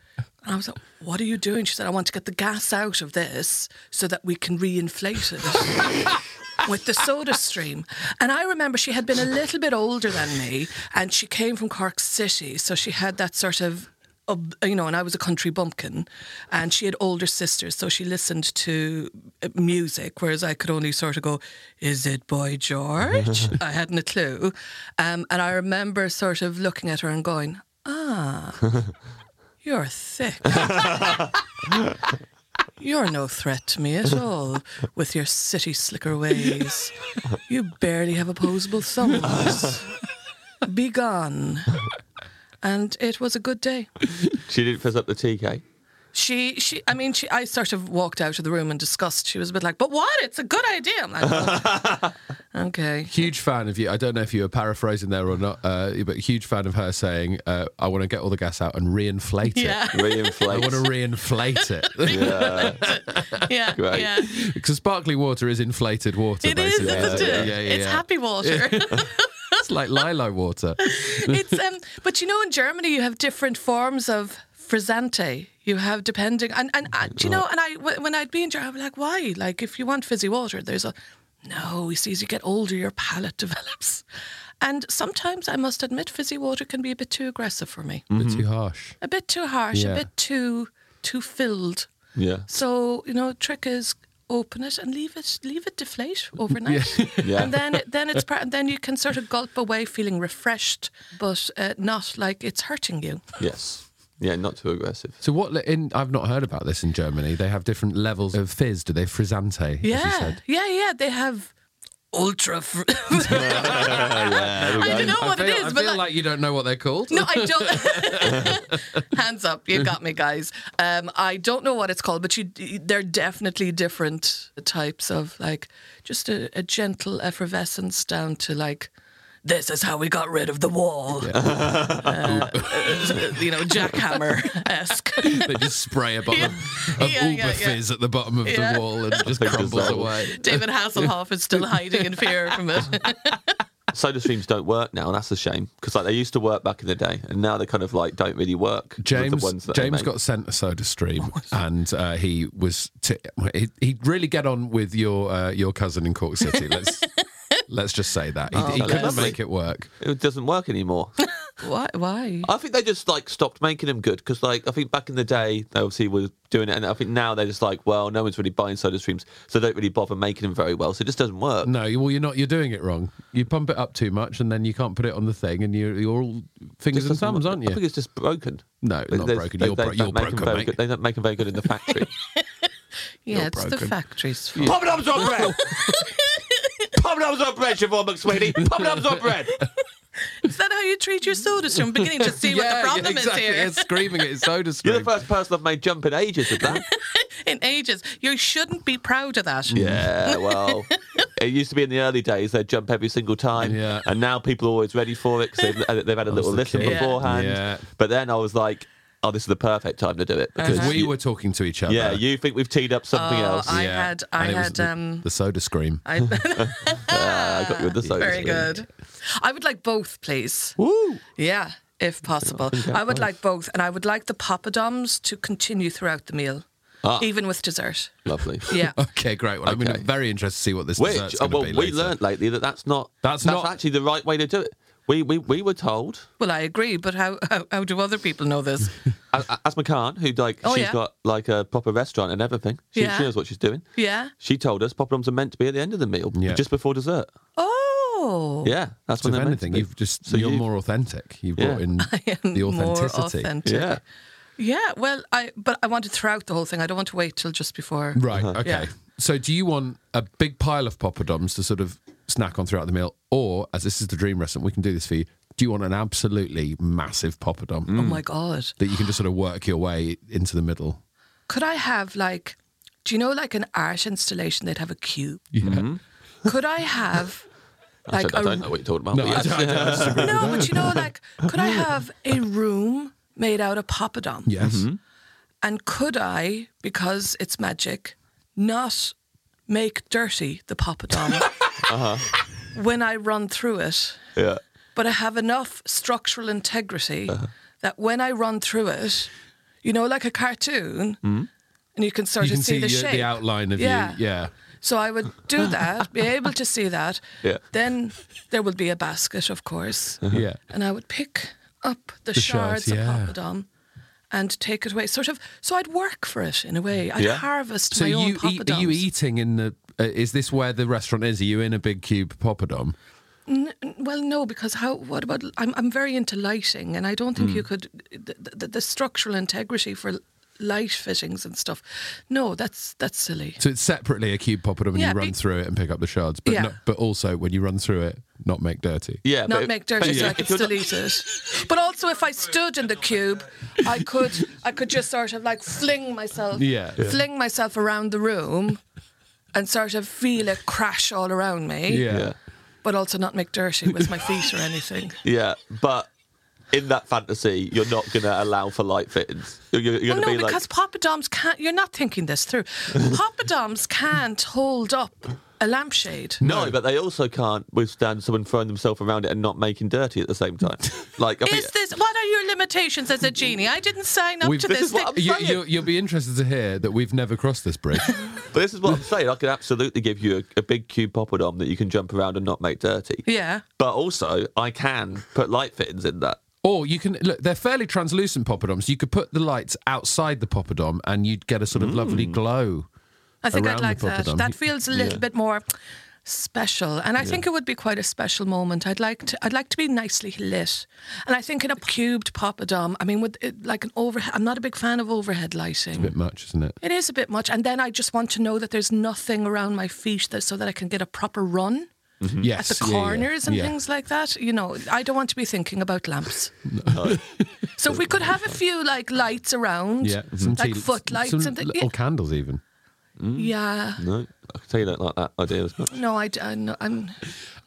And I was like, What are you doing? She said, I want to get the gas out of this so that we can reinflate it with the soda stream. And I remember she had been a little bit older than me and she came from Cork City. So she had that sort of, ob- you know, and I was a country bumpkin and she had older sisters. So she listened to uh, music, whereas I could only sort of go, Is it Boy George? I hadn't a clue. Um, and I remember sort of looking at her and going, "Ah, you're thick. You're no threat to me at all with your city slicker ways. You barely have opposable thumbs. Be gone. And it was a good day.
She didn't fizz up the TK.
She, she. I mean, she. I sort of walked out of the room in disgust. She was a bit like, "But what? It's a good idea." I'm like, "Well, "Okay."
Huge fan of you. I don't know if you were paraphrasing there or not, uh, but huge fan of her saying, uh, "I want to get all the gas out and reinflate
Yeah,
it. I want to
Reinflate.
reinflate it
yeah.
yeah,
Great.
yeah.
because sparkling water is inflated water.
It is,
basically.
isn't
Yeah,
it?
yeah, yeah,
it's
yeah.
happy water.
It's like lilo water.
it's um, but you know, in Germany, you have different forms of frizzante. You have depending, and and uh, do you know? And I wh- when I'd be in Germany, I'd be like, why? Like, if you want fizzy water, there's a no. You see, as you get older, your palate develops, and sometimes I must admit, fizzy water can be a bit too aggressive for me,
A bit too harsh.
a bit too harsh,
Mm. Yeah.
a bit too too filled.
Yeah.
So you know, trick is open it and leave it leave it deflate overnight,
Yeah.
and then it, then it's part, and then you can sort of gulp away feeling refreshed, but uh, not like it's hurting you.
Yes. Yeah, not too aggressive.
So what? le- In I've not heard about this in Germany. They have different levels of fizz. Do they frizzante? As you
Yeah,
said?
yeah, yeah. They have ultra. Fr- I don't know
I
what
feel,
it is,
I
but
feel like,
like,
you don't know what they're called.
No, I don't. Hands up, you got me, guys. Um, I don't know what it's called, but you, they're definitely different types of like just a, a gentle effervescence down to like. This is how we got rid of the wall. Uh, you know, jackhammer esque.
they just spray a bottle of, of
Yeah,
Uber
yeah, yeah.
fizz at the bottom of
Yeah.
the wall and it just crumbles
that-
away.
David Hasselhoff is still hiding in fear from it.
Soda streams don't work now, and that's a shame because like they used to work back in the day, and now they kind of like don't really work. with
James
the ones that they
James
make.
got sent a Soda Stream, and uh, he was t- he, he'd really get on with your uh, your cousin in Cork City. Let's let's just say that he, he
that's
couldn't
Oh, lovely.
make it work.
It doesn't work anymore.
Why? Why?
I think they just like stopped making them good because like I think back in the day they obviously were doing it, and I think now they're just like, well, no one's really buying soda streams, so they don't really bother making them very well. So it just doesn't work.
No, you- well you're not. You're doing it wrong. You pump it up too much, and then you can't put it on the thing, and you're, you're all fingers
Just
and thumbs,
doesn't work.
aren't
I
you?
think it's just broken.
No,
They-
not
they-
broken.
they-
You're
they
bro-
don't
you're
make 'em
broken,
very
mate.
Good. They don't make them very good in the factory.
Yeah, it's the
broken.
factory's fault.
Poppadoms on bread. Poppadoms on bread, Siobhan McSweeney. Poppadoms on bread.
Is that how you treat your sodas from beginning to see what the problem
exactly.
is here?
It's screaming at its soda
You're
stream.
the first person I've made jump in ages at that.
In ages, you shouldn't be proud of that.
Yeah, well, it used to be in the early days they'd jump every single time,
Yeah.
and now people are always ready for it because they've, uh, they've had a little
the
listen
key.
Yeah.
beforehand.
Yeah.
But then I was like, oh, this is the perfect time to do it because
we
you-
were talking to each other.
yeah, you think we've teed up something
Oh,
else.
I
I,
Yeah,
had, I
and it was
had,
the-
um,
the soda scream.
I,
got you with the soda
very
stream.
good. I would like both, please.
Woo!
Yeah, if possible.
Oh,
I would like both, and I would like the poppadoms to continue throughout the meal,
Ah.
even with dessert.
Lovely.
Yeah.
Okay, great. Well, I'm
Okay.
very interested to see what this
Which,
dessert's
oh,
going to
well,
be
we
later.
learned lately that that's not
That's not-
actually the right way to do it. We we, we were told
Well, I agree, but how, how, how do other people know this?
A- Asma Khan, who like she's
Oh, yeah.
got like a proper restaurant and everything. She,
Yeah.
she knows what she's doing.
Yeah.
She told us poppadoms are meant to be at the end of the meal,
Yeah.
just before dessert.
Oh,
Yeah, that's
So
when
if
they're meant to
anything,
be.
you've just you're
you've-
more authentic. You've brought
Yeah.
in the
more
authenticity.
authentic.
yeah.
Yeah, well, I but I want it throughout the whole thing. I don't want to wait till just before.
Right. Okay.
Yeah.
So, do you want a big pile of poppadoms to sort of snack on throughout the meal, or as this is the dream restaurant, we can do this for you? Do you want an absolutely massive poppadom
Oh my god!
that you can just sort of work your way into the middle?
Could I have like, do you know like an art installation? They'd have a cube.
Yeah. Mm-hmm.
Could I have like
I, don't, I
a
don't know what you're talking about.
No,
but
I
yes.
don't, I don't disagree.
no? But you know like, could I have a room made out of poppadom?
Yes.
And could I, because it's magic, not make dirty the poppadom when I run through it?
Yeah.
but I have enough structural integrity
Uh-huh.
that when I run through it, you know, like a cartoon, and you can sort
Hmm? You
of
can
see,
see,
the
your-
shape.
the outline of
Yeah.
you. Yeah.
So I would do that, be able to see that.
Yeah.
Then there would be a basket, of course,
Yeah.
and I would pick up the,
Uh-huh. The shards,
shards
yeah.
of poppadom. And take it away, sort of. So I'd work for it in a way. I'd
Yeah.
harvest
So
my own
you eat,
poppadoms.
are you eating in the? Uh, is this where the restaurant is? Are you in a big cube poppadom?
Well, no, because how? What about? I'm I'm very into lighting, and I don't think
Hmm.
you could the, the, the structural integrity for l- light fittings and stuff. No, that's that's silly.
So it's separately a cube poppadom, and
Yeah,
you run
be-
through it and pick up the shards. But
Yeah.
not, but also when you run through it, not make dirty.
Yeah, but
Not
if-
make dirty,
but
so I
if
could
you're
still
not-
eat it. But also, if I stood in the cube, I could I could just sort of like fling myself,
Yeah. Yeah.
fling myself around the room, and sort of feel it crash all around me.
yeah.
Yeah.
But also not make dirty with my feet or anything.
Yeah, but in that fantasy, you're not going to allow for light fittings. You're, you're,
Well,
going to
Oh,
be
no,
like,
because poppadoms can't. You're not thinking this through. poppadoms can't hold up a lampshade.
no, but they also can't withstand someone throwing themselves around it and not making dirty at the same time. Like, I think,
Is this what are your limitations as a genie? I didn't sign up
We've-
to
This
this.
is what
thing.
I'm
You,
saying.
you, you'll be interested to hear that we've never crossed this bridge.
but this is what I'm saying. I could absolutely give you a, a big cube poppadom that you can jump around and not make dirty.
yeah.
But also, I can put light fittings in that.
or you can look; they're fairly translucent poppadoms. You could put the lights outside the poppadom, and you'd get a sort of
Mm.
lovely glow.
I think
around
I'd
the
like that.
poppadom.
That feels a little bit more special, and I think it would be quite a special moment. I'd like to. I'd like to be nicely lit, and I think in a cubed poppadom. I mean, with it, like an overhead. I'm not a big fan of overhead lighting.
bit much, isn't it?
It is a bit much. And then I just want to know that there's nothing around my feet that, so that I can get a proper run
Yes,
Mm-hmm. at the
yeah, yeah,
corners and
yeah.
things like that. You know, I don't want to be thinking about lamps.
No.
so if we could have a few like lights around,
Yeah,
Mm-hmm.
some
like
tea-
footlights
some
and things.
little Mm. candles even.
yeah.
no, I can tell you don't like that idea as much.
No, I, d- I know- I'm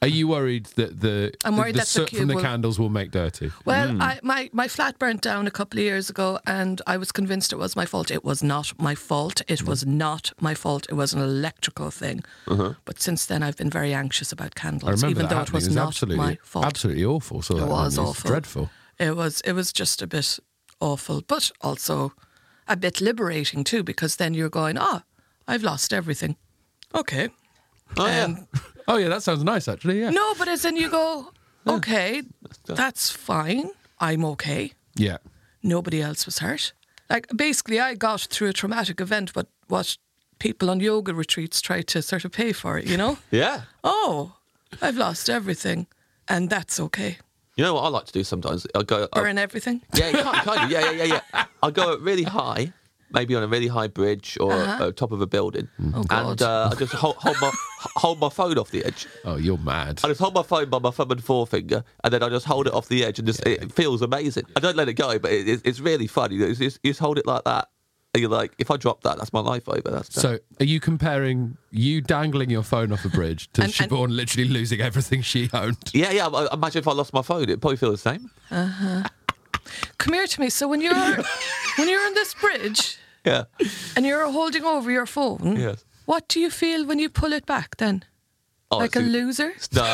Are you worried that the
I'm worried
the
that the
soot from
cube
the
will-
candles will make dirty?
well. I, my my flat burnt down a couple of years ago, and I was convinced it was my fault. It was not my fault.
Mm.
It was not my fault. It was an electrical thing. But since then, I've been very anxious about
Uh-huh. I
candles,
remember that
even though it
happening.
was,
it was
not
absolutely,
my fault.
absolutely awful. So
It was awful.
dreadful.
It was it was just a bit awful, but also a bit liberating too, because then you're going, ah, I've lost everything. Okay.
Oh, yeah.
Um,
Oh yeah, that sounds nice actually. Yeah,
No, but as in you go, okay, that's fine. I'm okay.
yeah,
Nobody else was hurt. Like basically, I got through a traumatic event, but what people on yoga retreats try to sort of pay for it, you know?
yeah.
oh, I've lost everything, and that's okay.
You know what I like to do sometimes? I go, I-
Burn everything.
Yeah, kind, kind of. Yeah, yeah, yeah, yeah. I go up really high maybe on a really high bridge or uh, top of a building, and
Uh-huh. God.
uh, I just hold, hold my hold my phone off the edge.
Oh, you're mad.
I just hold my phone by my thumb and forefinger, and then I just hold it off the edge, and just it feels amazing. I don't let it go, but it, it's it's really funny. You, know, it's- it's- you just hold it like that, and you're like, if I drop that, that's my life over. That's done.
So, are you comparing you dangling your phone off a bridge to
And- and-
Siobhan literally losing everything she owned?
yeah, yeah. I- I Imagine if I lost my phone, it'd probably feel the same.
Come here to me. So when you're when you're on this bridge
Yeah,
and you're holding over your phone,
Yes.
what do you feel when you pull it back then?
Oh,
like a
it's-
loser?
No.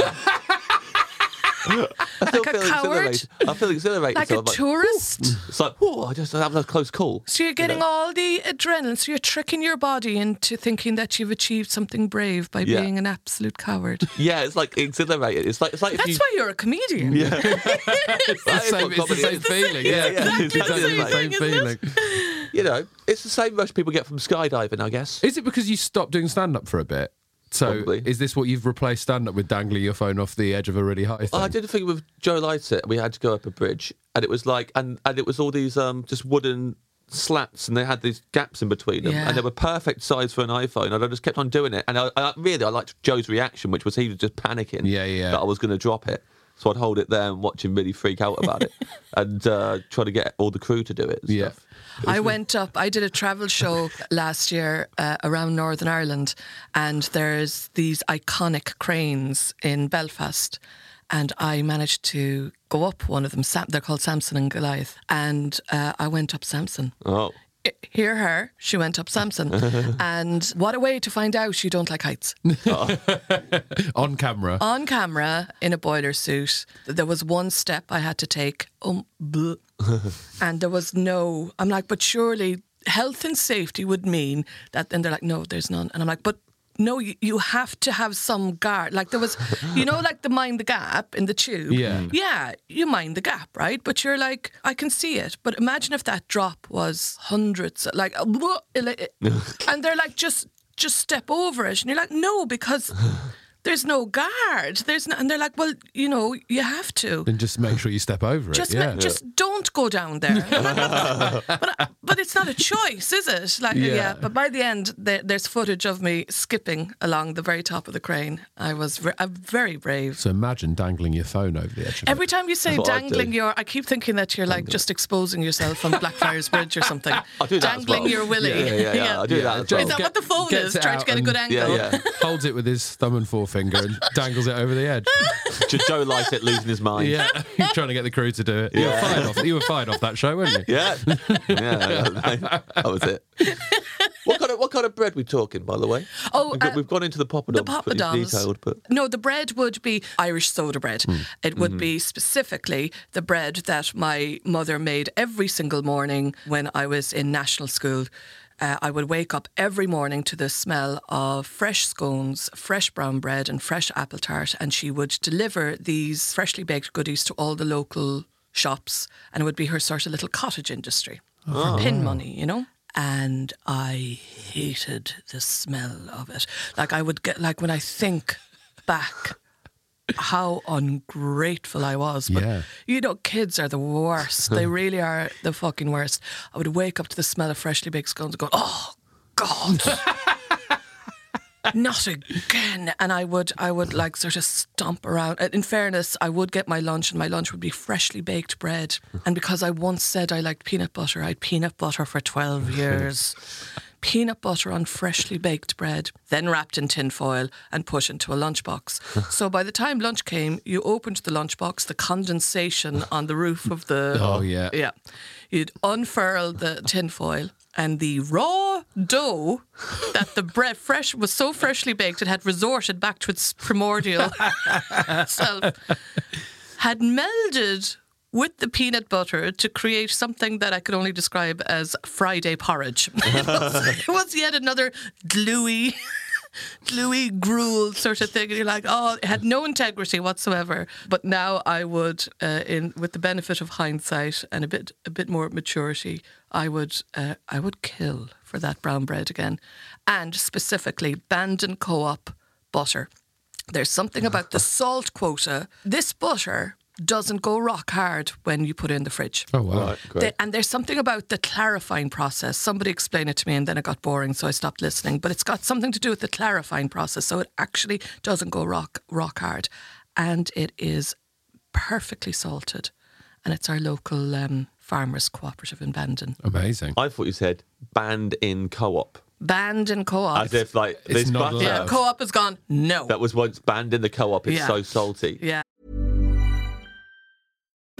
I still
Like a
feel
coward?
exhilarated. I feel exhilarated.
Like
so
a
I'm like,
tourist?
It's like, whoa, I just that was a close call.
So you're getting all the adrenaline. So you're tricking your body into thinking that you've achieved something brave by
Yeah.
being an absolute coward.
Yeah, it's like exhilarated. It's like it's like if
That's
you,
why you're a comedian.
that is
Same,
what
it's the
comedy
same
is.
feeling.
Yeah,
Yeah,
yeah,
it's
exactly
exactly
the
the same
same thing,
feeling.
isn't
You know, it's the same rush people get from skydiving, I guess.
Is it because you stopped doing stand up for a bit? So,
Probably.
is this what you've replaced stand up with dangling your phone off the edge of a really high thing?
Oh, I did a thing with Joe Lycett. We had to go up a bridge, and it was like, and and it was all these um just wooden slats, and they had these gaps in between them,
Yeah.
and they were perfect size for an iPhone. And I just kept on doing it, and I, I really I liked Joe's reaction, which was he was just panicking,
Yeah, yeah.
that I was going to drop it. So I'd hold it there and watch him really freak out about it, and uh, try to get all the crew to do it. And
Yeah.
stuff.
I went up. I did a travel show last year uh, around Northern Ireland, and there's these iconic cranes in Belfast, and I managed to go up one of them. Sam, they're called Samson and Goliath, and uh, I went up Samson.
Oh,
I- Hear her? She went up Samson, and what a way to find out you don't like heights
On camera.
on camera in a boiler suit. There was one step I had to take, um, bleh. and there was no. I'm like, but surely health and safety would mean that. And they're like, no, there's none. And I'm like, but no, you, you have to have some guard. Like there was, you know, like the mind the gap in the tube.
Yeah.
Yeah, you mind the gap, right? But you're like, I can see it. But imagine if that drop was hundreds, like, and they're like, just just step over it, and you're like, no, because there's no guard. There's no, and they're like, well, you know, you have to.
Then just make sure you step over it.
Just, ma-
yeah.
just don't go down there. but, but it's not a choice, is it? Like,
Yeah.
yeah. But by the end, there, there's footage of me skipping along the very top of the crane. I was ve- I'm very brave.
So imagine dangling your phone over the edge of
Every time you say
what I do.
dangling your, I keep thinking that you're like just exposing yourself on Blackfriars Bridge or something.
I do that as
dangling
well.
your willy.
Yeah, yeah, yeah, yeah. I do
Yeah,
that. As
Joe-
well.
Is that
Get-
what the phone
gets
is?
it
Trying to
out
get a good
and-
angle.
yeah.
it. Holds it with his thumb and forefinger and dangles it over the edge.
Jo- Joe Lycett losing his mind.
Yeah, trying to get the crew to do it. You were fired off. You were fired off that show, weren't you?
Yeah, yeah, that, that was it. What kind of what kind of bread we talking, by the way?
Oh,
we've, got,
uh,
we've gone into the poppadoms.
the
pretty
poppadoms.
detailed, but
No, the bread would be Irish soda bread. It would be specifically the bread that my mother made every single morning when I was in national school. Uh, I would wake up every morning to the smell of fresh scones, fresh brown bread, and fresh apple tart, and she would deliver these freshly baked goodies to all the local shops, and it would be her sort of little cottage industry for pin money, you know. And I hated the smell of it. Like I would get like when I think back how ungrateful I was. But
Yeah.
you know, kids are the worst. they really are the fucking worst. I would wake up to the smell of freshly baked scones and go, Oh God. Not again. And I would I would like sort of stomp around. And In fairness, I would get my lunch and my lunch would be freshly baked bread. And because I once said I liked peanut butter, I had peanut butter for twelve years. peanut butter on freshly baked bread, then wrapped in tin foil and put into a lunchbox. so by the time lunch came, you opened the lunchbox, the condensation on the roof of the.
Oh, yeah.
Yeah. You'd unfurl the tin foil. And the raw dough that the bread fresh was so freshly baked it had resorted back to its primordial self had melded with the peanut butter to create something that I could only describe as Friday porridge. it, was, it was yet another gluey, gluey gruel sort of thing. And you're like, oh, it had no integrity whatsoever. But now I would, uh, in with the benefit of hindsight and a bit a bit more maturity, I would uh, I would kill for that brown bread again, and specifically Bandon Co-op butter. There's something about the salt quota. This butter doesn't go rock hard when you put it in the fridge.
Oh, wow.
Great.
The- and there's something about the clarifying process. Somebody explained it to me, and then it got boring, so I stopped listening. But it's got something to do with the clarifying process, so it actually doesn't go rock rock hard, and it is perfectly salted, and it's our local um, farmers cooperative in Bandon.
Amazing.
I thought you said banned in co-op,
Bandon Co-op.
as if like this
not
butter
allowed.
yeah, co-op is gone. No.
that was once banned in the co-op is
Yeah.
so salty.
yeah.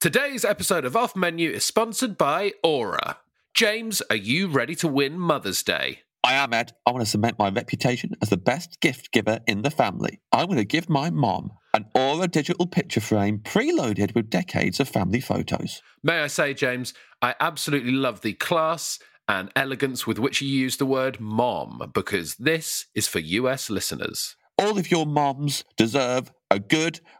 Today's episode of Off Menu is sponsored by Aura. James, are you ready to win Mother's Day?
I am Ed. I want to cement my reputation as the best gift giver in the family. I'm going to give my mom an Aura digital picture frame preloaded with decades of family photos.
May I say, James, I absolutely love the class and elegance with which you use the word mom because this is for US listeners.
All of your moms deserve a good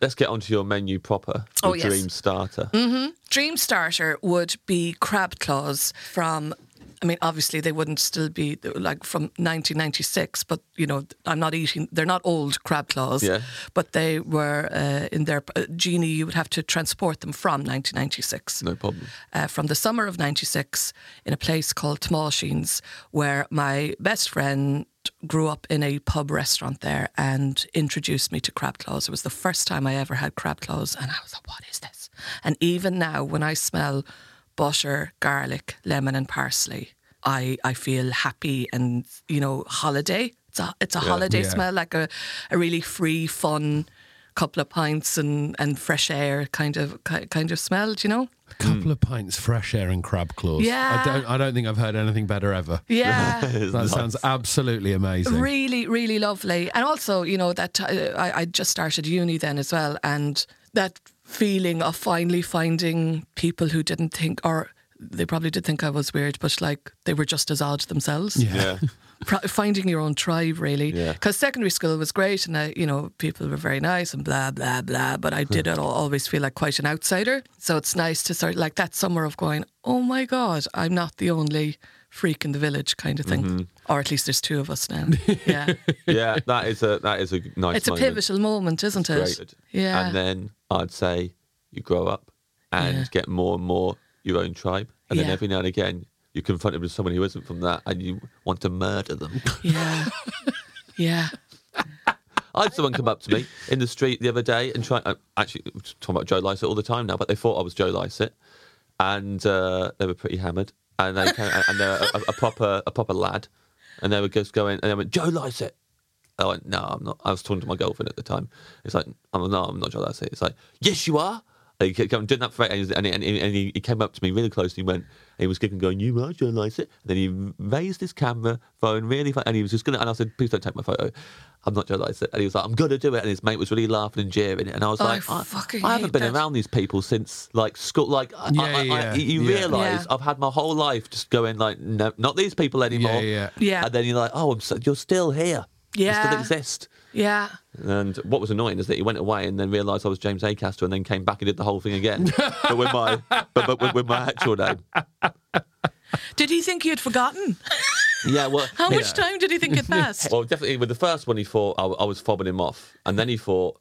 Let's get onto your menu proper.
Oh, the yes. dream
starter.
hmm Dream starter would be crab claws from. I mean, obviously they wouldn't still be like from 1996, but you know, I'm not eating. They're not old crab claws,
Yeah.
but they were uh, in their uh, genie. You would have to transport them from 1996
No problem.
uh, from the summer of 96 in a place called Tmallsheens, where my best friend grew up in a pub restaurant there and introduced me to crab claws. It was the first time I ever had crab claws, and I was like, what is this? And even now, when I smell butter, garlic, lemon, and parsley, I, I feel happy and, you know, holiday. It's a, it's a holiday smell, like a, a really free, fun couple of pints and, and fresh air kind of ki- kind of smell, do you know?
A couple of pints fresh air and crab claws.
Hmm. Yeah.
I don't I don't think I've heard anything better ever.
Yeah.
That sounds absolutely amazing.
really, really lovely. And also, you know, that uh, I, I just started uni then as well. And that feeling of finally finding people who didn't think, or they probably did think I was weird, but like they were just as odd themselves.
yeah.
Pro- finding your own tribe, really.
Yeah.
Because secondary school was great and, I, you know, people were very nice and blah, blah, blah. But I did al- always feel like quite an outsider. So it's nice to sort of like that summer of going, oh my God, I'm not the only freak in the village kind of thing.
Mm-hmm.
Or at least there's two of us now. Yeah.
yeah, that is a that is a nice.
it's a pivotal moment, isn't it?
Great.
Yeah.
And then I'd say you grow up and
Yeah.
get more and more your own tribe. And then
Yeah.
every now and again, you're confronted with someone who isn't from that and you want to murder them.
yeah. Yeah.
I had someone come up to me in the street the other day and try. I'm actually talking about Joe Lycett all the time now, but they thought I was Joe Lycett, and uh, they were pretty hammered, and they came, and they're a, a proper a proper lad, and they were just going and they went Joe Lycett. I went no, I'm not. I was talking to my girlfriend at the time. It's like I'm no, I'm not Joe Lycett. It's like yes, you are. And They kept kept doing that for and, he- and, he- and, he- and he, he came up to me really close and he went, and he was giggling, going, "You might journalise it." And then he raised his camera phone really, fa- and he was just gonna. And I said, "Please don't take my photo." I'm not journalising it. And he was like, "I'm gonna do it." And his mate was really laughing and jeering, and I was
I
like, "I,
fucking
I haven't
hate
been
that.
around these people since like school. Like, I-
Yeah,
I, I,
yeah,
I, you
yeah.
realise
Yeah.
I've had my whole life just going like, no, not these people anymore."
yeah.
Yeah.
And then you're like, "Oh, I'm so, you're still here. you still
Yeah.
exist."
Yeah.
And what was annoying is that he went away and then realised I was James Acaster and then came back and did the whole thing again, but with my but, but with, with my actual name.
Did he think you'd forgotten?
Yeah, well,
How much time did he think it passed?
well, definitely with the first one he thought I, I was fobbing him off, and then he thought,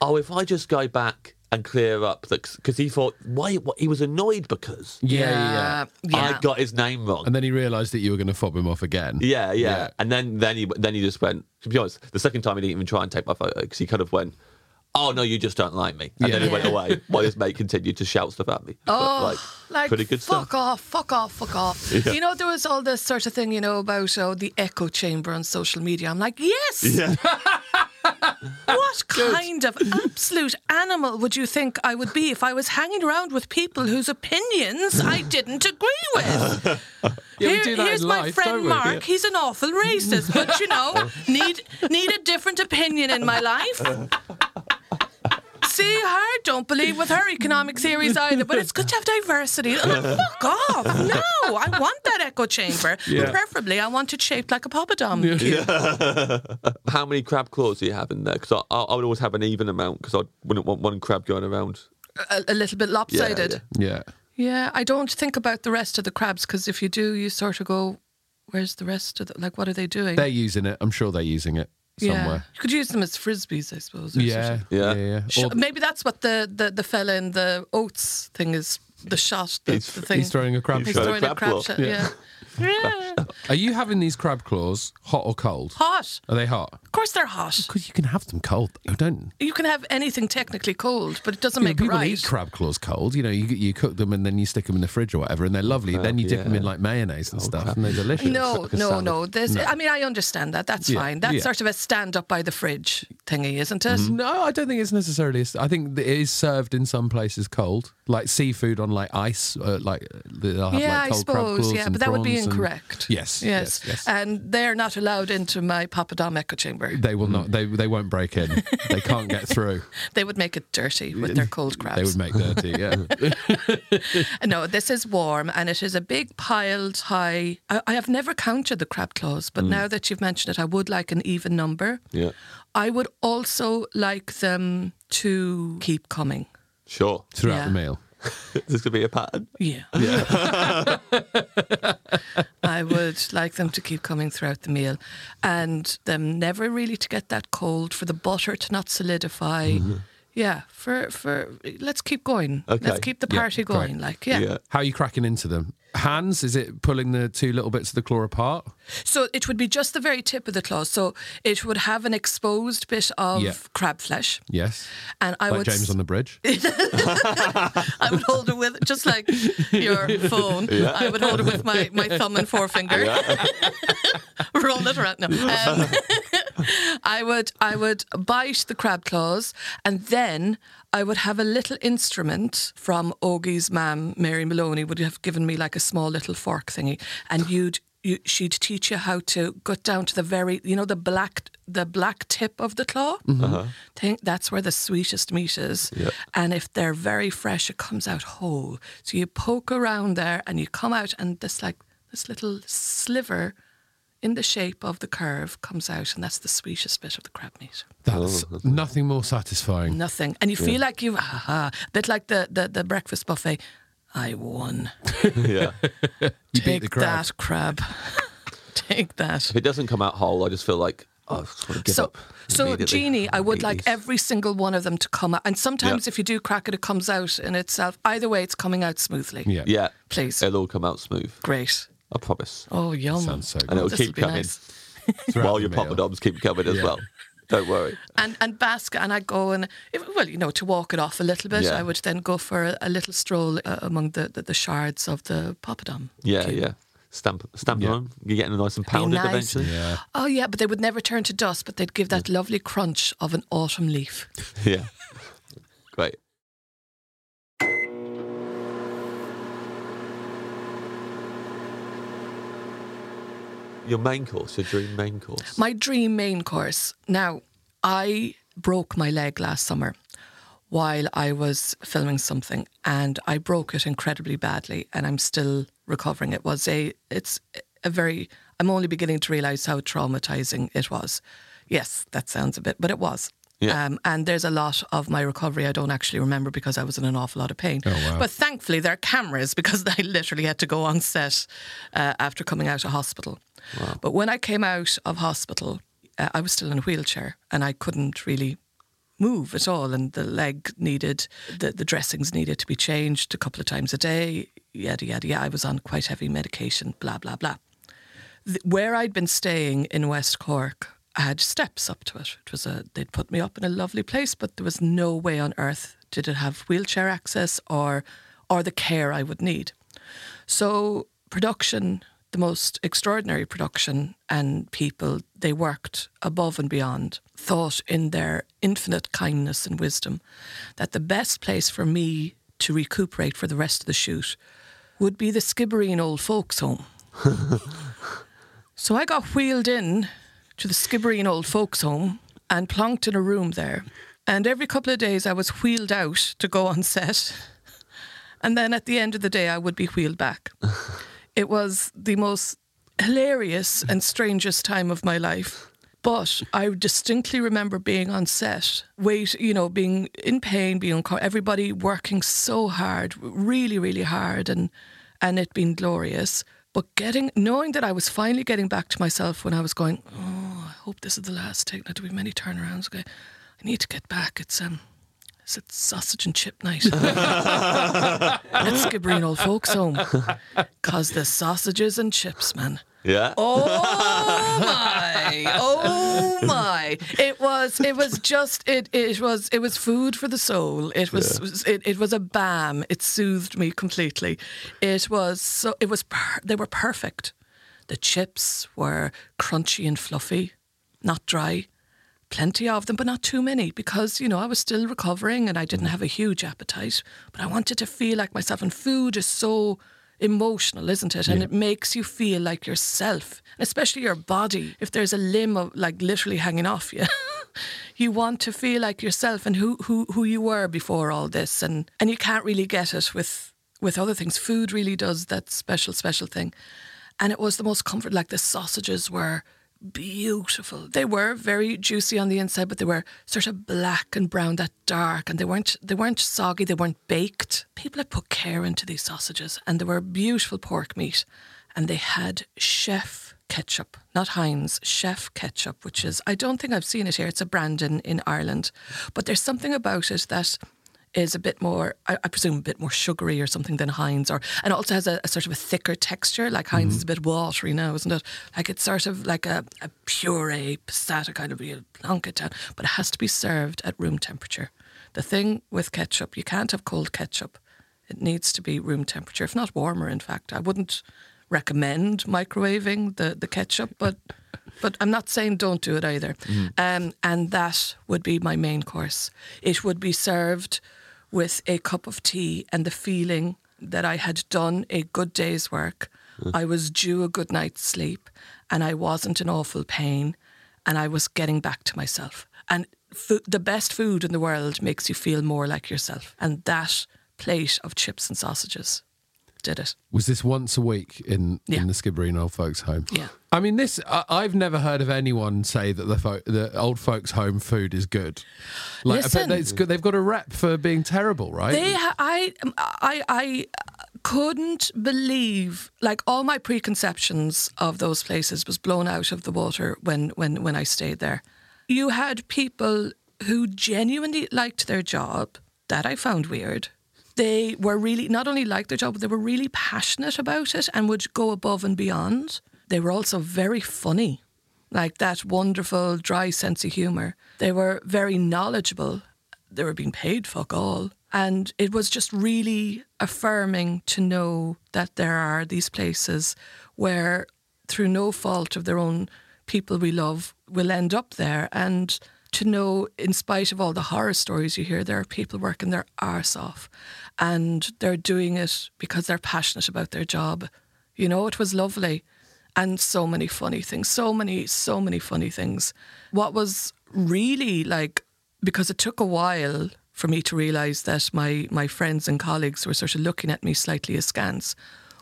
oh, if I just go back and clear up because he thought why what, he was annoyed because
Yeah, yeah.
Yeah.
I got his name wrong.
And then he realised that you were going to fob him off again.
Yeah, yeah, And then then he then he just went. To be honest, the second time he didn't even try and take my photo because he kind of went, "Oh no, you just don't like me," and then he
Yeah.
went away while his mate continued to shout stuff at me.
Oh, like,
pretty good
fuck
stuff.
off, fuck off, fuck off. You know, there was all this sort of thing, you know, about oh, the echo chamber on social media. I'm like, yes. what kind of absolute animal would you think I would be if I was hanging around with people whose opinions I didn't agree with?
Yeah, we
Here-
do that in
here's my
life, don't
friend
we?
Mark.
Yeah.
He's an awful racist, but you know, need need a different opinion in my life. See her? Don't believe with her economic theories either, but it's good to have diversity. I'm like, fuck off. No, I want that echo chamber.
Yeah.
Preferably, I want it shaped like a poppadom.
How many crab claws do you have in there? Because I, I I would always have an even amount because I wouldn't want one crab going around.
A, a little bit
Yeah,
lopsided.
yeah.
Yeah.
Yeah, I don't think about the rest of the crabs because if you do, you sort of go, "Where's the rest of the like? What are they doing?"
They're using it. I'm sure they're using it somewhere.
Yeah. You could use them as frisbees, I suppose. Or
Yeah.
something.
Yeah.
Or
Sh- Maybe that's what the, the the fella in the oats thing is. The shot, the,
He's-
the thing.
he's throwing a crab.
shot.
He's
claw.
throwing a crab
claw.
shot. Yeah. Yeah.
Are you having these crab claws hot or cold?
hot.
Are they hot?
Of course, they're hot.
Because you can have them cold. You don't.
You can have anything technically cold, but it doesn't
you know,
make it
people
right.
eat crab claws cold. You know, you, you cook them and then you stick them in the fridge or whatever, and they're lovely. then you dip them in
yeah.
like mayonnaise and stuff, and they're delicious.
No,
a
no,
salad.
no. There's, I mean, I understand that. That's
Yeah,
fine. That's
yeah. Mm-hmm.
sort of a stand up by the fridge thingy, isn't it?
No, I don't think it's necessarily. a s- I think that it is served in some places cold, like seafood on like ice. Uh, like uh, they'll have
yeah,
like cold
I
crab
suppose.
claws
Yeah,
and
but that would be
prawns and-
incorrect.
Yes,
yes,
yes, yes.
And they're not allowed into my Papadom echo chamber.
They will
Mm.
not. They they won't break in. they can't get through.
They would make it dirty with their cold crabs.
They would make dirty. Yeah.
No, this is warm and it is a big piled high. I, I have never counted the crab claws, but now that you've mentioned it, I would like an even number.
Yeah.
I would also like them to keep coming.
Sure.
Throughout
Yeah.
the meal.
This could be a pattern.
Yeah. I would like them to keep coming throughout the meal and them never really to get that cold, for the butter to not solidify. Yeah, for, for let's keep going.
Okay.
Let's keep the party
great.
going. Like, yeah.
Yeah.
How are you cracking into them? Hands? Is it pulling the two little bits of the claw apart?
So it would be just the very tip of the claw. So it would have an exposed bit of
Yeah.
crab flesh.
Yes.
And I
like
would
James
s-
on the bridge.
I would hold it with just like your phone. I would hold it with my, my thumb and forefinger. Roll it around. No. Um, I would I would bite the crab claws and then I would have a little instrument from Ogie's mam, Mary Maloney, would have given me like a small little fork thingy. And you'd you, she'd teach you how to gut down to the very you know the black the black tip of the claw. Think that's where the sweetest meat is. And if they're very fresh, it comes out whole. So you poke around there and you come out and this like this little sliver in the shape of the curve comes out, and that's the sweetest bit of the crab meat.
Oh,
That's nothing more satisfying.
Nothing, and you feel like you, ah, ah, bit like the, the the breakfast buffet. I won.
Yeah.
You
Take
beat the crab.
that crab. Take that.
if it doesn't come out whole, I just feel like oh, I just want to give
So,
up.
so
immediately.
Jeannie, I would
Hate
like
these.
every single one of them to come out. And sometimes,
Yeah.
if you do crack it, it comes out in itself. Either way, it's coming out smoothly.
Yeah.
Yeah.
Please.
It'll all come out smooth.
Great.
I promise.
Oh, yum.
Sounds so
Mm. And
good.
it'll
This
keep
will be
coming
nice.
Throughout
while
the
your
meal.
poppadoms keep coming as
Yeah.
well. Don't worry.
and and bask and I go and if, well you know to walk it off a little bit
Yeah.
I would then go for a, a little stroll uh, among the, the, the shards of the poppadom
Yeah, yeah. Stamp, stamp
Yeah.
on. You're getting nice and pounded
nice.
eventually.
Yeah.
oh yeah but they would never turn to dust but they'd give that
Mm.
lovely crunch of an autumn leaf
Yeah. Great. your main course, your dream main course.
My dream main course. Now, I broke my leg last summer while I was filming something and I broke it incredibly badly and I'm still recovering. It was a it's a very I'm only beginning to realize how traumatizing it was. Yes, that sounds a bit, but it was.
Yeah.
Um, and there's a lot of my recovery I don't actually remember because I was in an awful lot of pain.
wow.
But thankfully, there are cameras because I literally had to go on set uh, after coming out of hospital. But when I came out of hospital, uh, I was still in a wheelchair and I couldn't really move at all. And the leg needed, the, the dressings needed to be changed a couple of times a day, yada, yada, yada. I was on quite heavy medication, blah, blah, blah th- where I'd been staying in West Cork had steps up to it. It was a they'd put me up in a lovely place, but there was no way on earth did it have wheelchair access or or the care I would need. So production, the most extraordinary production and people, they worked above and beyond, thought in their infinite kindness and wisdom that the best place for me to recuperate for the rest of the shoot would be the Skibbereen old folks home. So I got wheeled in to the Skibbereen old folks home and plonked in a room there. And every couple of days I was wheeled out to go on set. And then at the end of the day I would be wheeled back. it was the most hilarious and strangest time of my life. But I distinctly remember being on set, wait, you know, being in pain, being on everybody working so hard, really, really hard, and and it being glorious. But getting, knowing that I was finally getting back to myself when I was going, oh, I hope this is the last take. Not do we have many turnarounds. Okay, I need to get back. It's um, is it sausage and chip night? Let's Skibbereen old folks home, cause the sausages and chips, man.
Yeah.
Oh my! Oh my! It was. It was just. It. It was. It was food for the soul. It was. It, it was a balm. It soothed me completely. It was. So. It was. Per- they were perfect. The chips were crunchy and fluffy, not dry. Plenty of them, but not too many, because you know I was still recovering and I didn't have a huge appetite. But I wanted to feel like myself, and food is so emotional, isn't it? And it makes you feel like yourself, especially your body. If there's a limb of like literally hanging off you, you want to feel like yourself and who who who you were before all this, and and you can't really get it with with other things. Food really does that special special thing, and it was the most comfort. Like the sausages were. Beautiful. They were very juicy on the inside, but they were sort of black and brown, that dark, and they weren't they weren't soggy. They weren't baked. People had put care into these sausages, and they were beautiful pork meat, and they had chef ketchup, not Heinz, chef ketchup, which is I don't think I've seen it here. It's a brand in in Ireland, but there's something about it that is a bit more, I, I presume, a bit more sugary or something than Heinz, or and also has a, a sort of a thicker texture. Like Heinz is a bit watery now, isn't it? Like it's sort of like a, a puree passata kind of real plonk it down, but it has to be served at room temperature. The thing with ketchup, you can't have cold ketchup. It needs to be room temperature, if not warmer. In fact, I wouldn't recommend microwaving the, the ketchup, but but I'm not saying don't do it either. Um, and that would be my main course. It would be served with a cup of tea and the feeling that I had done a good day's work. I was due a good night's sleep, and I wasn't in awful pain, and I was getting back to myself. And fo- the best food in the world makes you feel more like yourself, and that plate of chips and sausages did it.
Was this once a week in,
Yeah.
in the Skibbereen old folks' home?
Yeah.
I mean, this I, I've never heard of anyone say that the fo- the old folks' home food is good. Like, I bet
Listen.
they- it's good. They've got a rep for being terrible, right?
They, ha- I, I, I couldn't believe like all my preconceptions of those places was blown out of the water when when when I stayed there. You had people who genuinely liked their job that I found weird. They were really not only liked their job, but they were really passionate about it and would go above and beyond. They were also very funny like that wonderful dry sense of humor. They were very knowledgeable. They were being paid fuck all. And it was just really affirming to know that there are these places where, through no fault of their own, people we love will end up there. And to know, in spite of all the horror stories you hear, there are people working their arse off and they're doing it because they're passionate about their job. You know, it was lovely. and so many funny things, so many, so many funny things. What was really like, because it took a while for me to realize that my, my friends and colleagues were sort of looking at me slightly askance,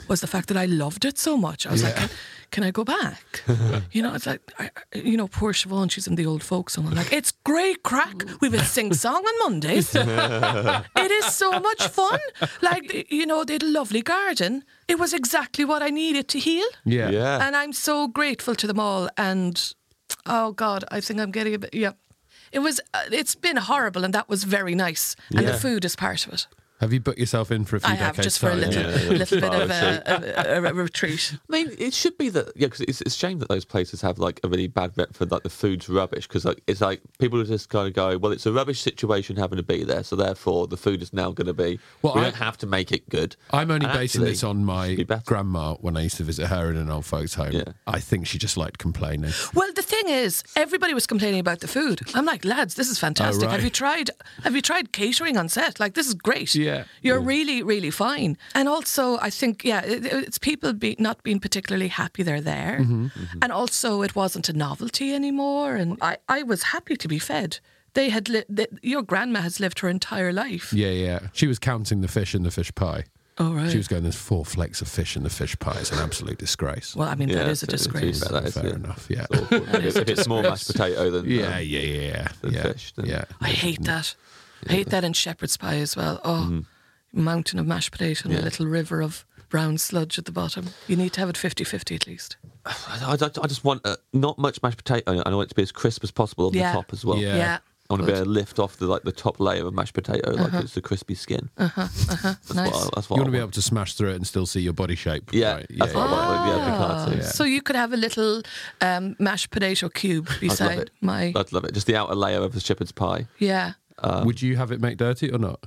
was the fact that I loved it so much. I was like, can, can I go back? you know, it's like, I, I- you know, poor Siobhan, she's in the old folks home. I'm like, it's great crack. We will sing song on Mondays. it is so much fun. Like, you know, they had a lovely garden. It was exactly what I needed to heal.
Yeah.
Yeah.
And I'm so grateful to them all. And oh God, I think I'm getting a bit. Yeah, it was. Uh, it's been horrible, and that was very nice. And
Yeah.
the food is part of it.
Have you put yourself in for a few
I
decades?
have just for a
time?
little,
yeah, Oh, yeah.
little bit of
Sorry,
a, a, a, a retreat.
I mean, it should be that yeah, because it's, it's a shame that those places have like a really bad rep for like the food's rubbish because like it's like people just kind of go, well, it's a rubbish situation having to be there, so therefore the food is now going to be.
Well,
we
I-
don't have to make it good.
I'm only
And
basing
actually,
this on my
should be better.
grandma when I used to visit her in an old folks' home.
Yeah.
I think she just liked complaining.
Well, the thing is, everybody was complaining about the food. I'm like, lads, this is fantastic.
Oh, right.
Have you tried? Have you tried catering on set? Like, this is great.
Yeah.
you're really, really fine. And also, I think, yeah, it, it's people be, not being particularly happy they're there,
Mm-hmm,
and also it wasn't a novelty anymore. And I, I was happy to be fed. They had li- th your grandma has lived her entire life.
Yeah, yeah. She was counting the fish in the fish pie.
All right.
She was going, there's four flakes of fish in the fish pie. It's an absolute disgrace.
Well, I mean, that
Yeah,
is a
so it's really
disgrace.
bad. That is,
Fair
yeah.
enough. Yeah.
Awful. if, if it's more mashed potato than
Yeah,
um,
yeah, yeah, yeah.
the
yeah,
fish, then-
yeah.
I hate that. I hate that in shepherd's pie as well. Oh,
Mm-hmm.
mountain of mashed potato and a little river of brown sludge at the bottom. You need to have it 50-50 at least.
I, I, I just want uh, not much mashed potato. I want it to be as crisp as possible on
Yeah.
the top as well.
Yeah.
I want to be
Good.
able to lift off the like the top layer of mashed potato, like it's the crispy skin. Uh-huh. Uh-huh. That's
Nice.
what. I, that's
You
what
want to
I
be able to smash through it and still see your body shape.
Yeah,
Right.
that's what I want.
Ah.
Oh, Yeah, picato.
Yeah.
So you could have a little um, mashed potato cube
I'd love
beside
it.
my...
I'd love it. Just the outer layer of the shepherd's pie.
Yeah.
Would you have it make dirty or not?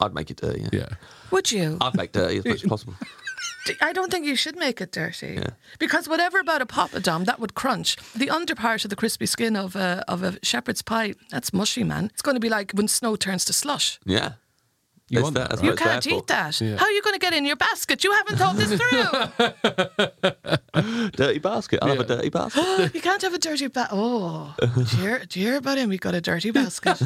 I'd make it dirty. Yeah.
Yeah.
Would you?
I'd make dirty as much as possible.
D- I don't think you should make it dirty. Because whatever about a poppadom, that would crunch. The under part of the crispy skin of a, of a shepherd's pie, that's mushy, man. It's going to be like when snow turns to slush.
Yeah.
You
It's
want that,
that's
right?
what
You
it's there
can't
for.
eat that. How are you going to get in your basket? You haven't thought this through.
Dirty basket. I'll have a dirty basket.
you can't have a dirty basket. Oh, do you, hear, do you hear about him? We got a dirty basket.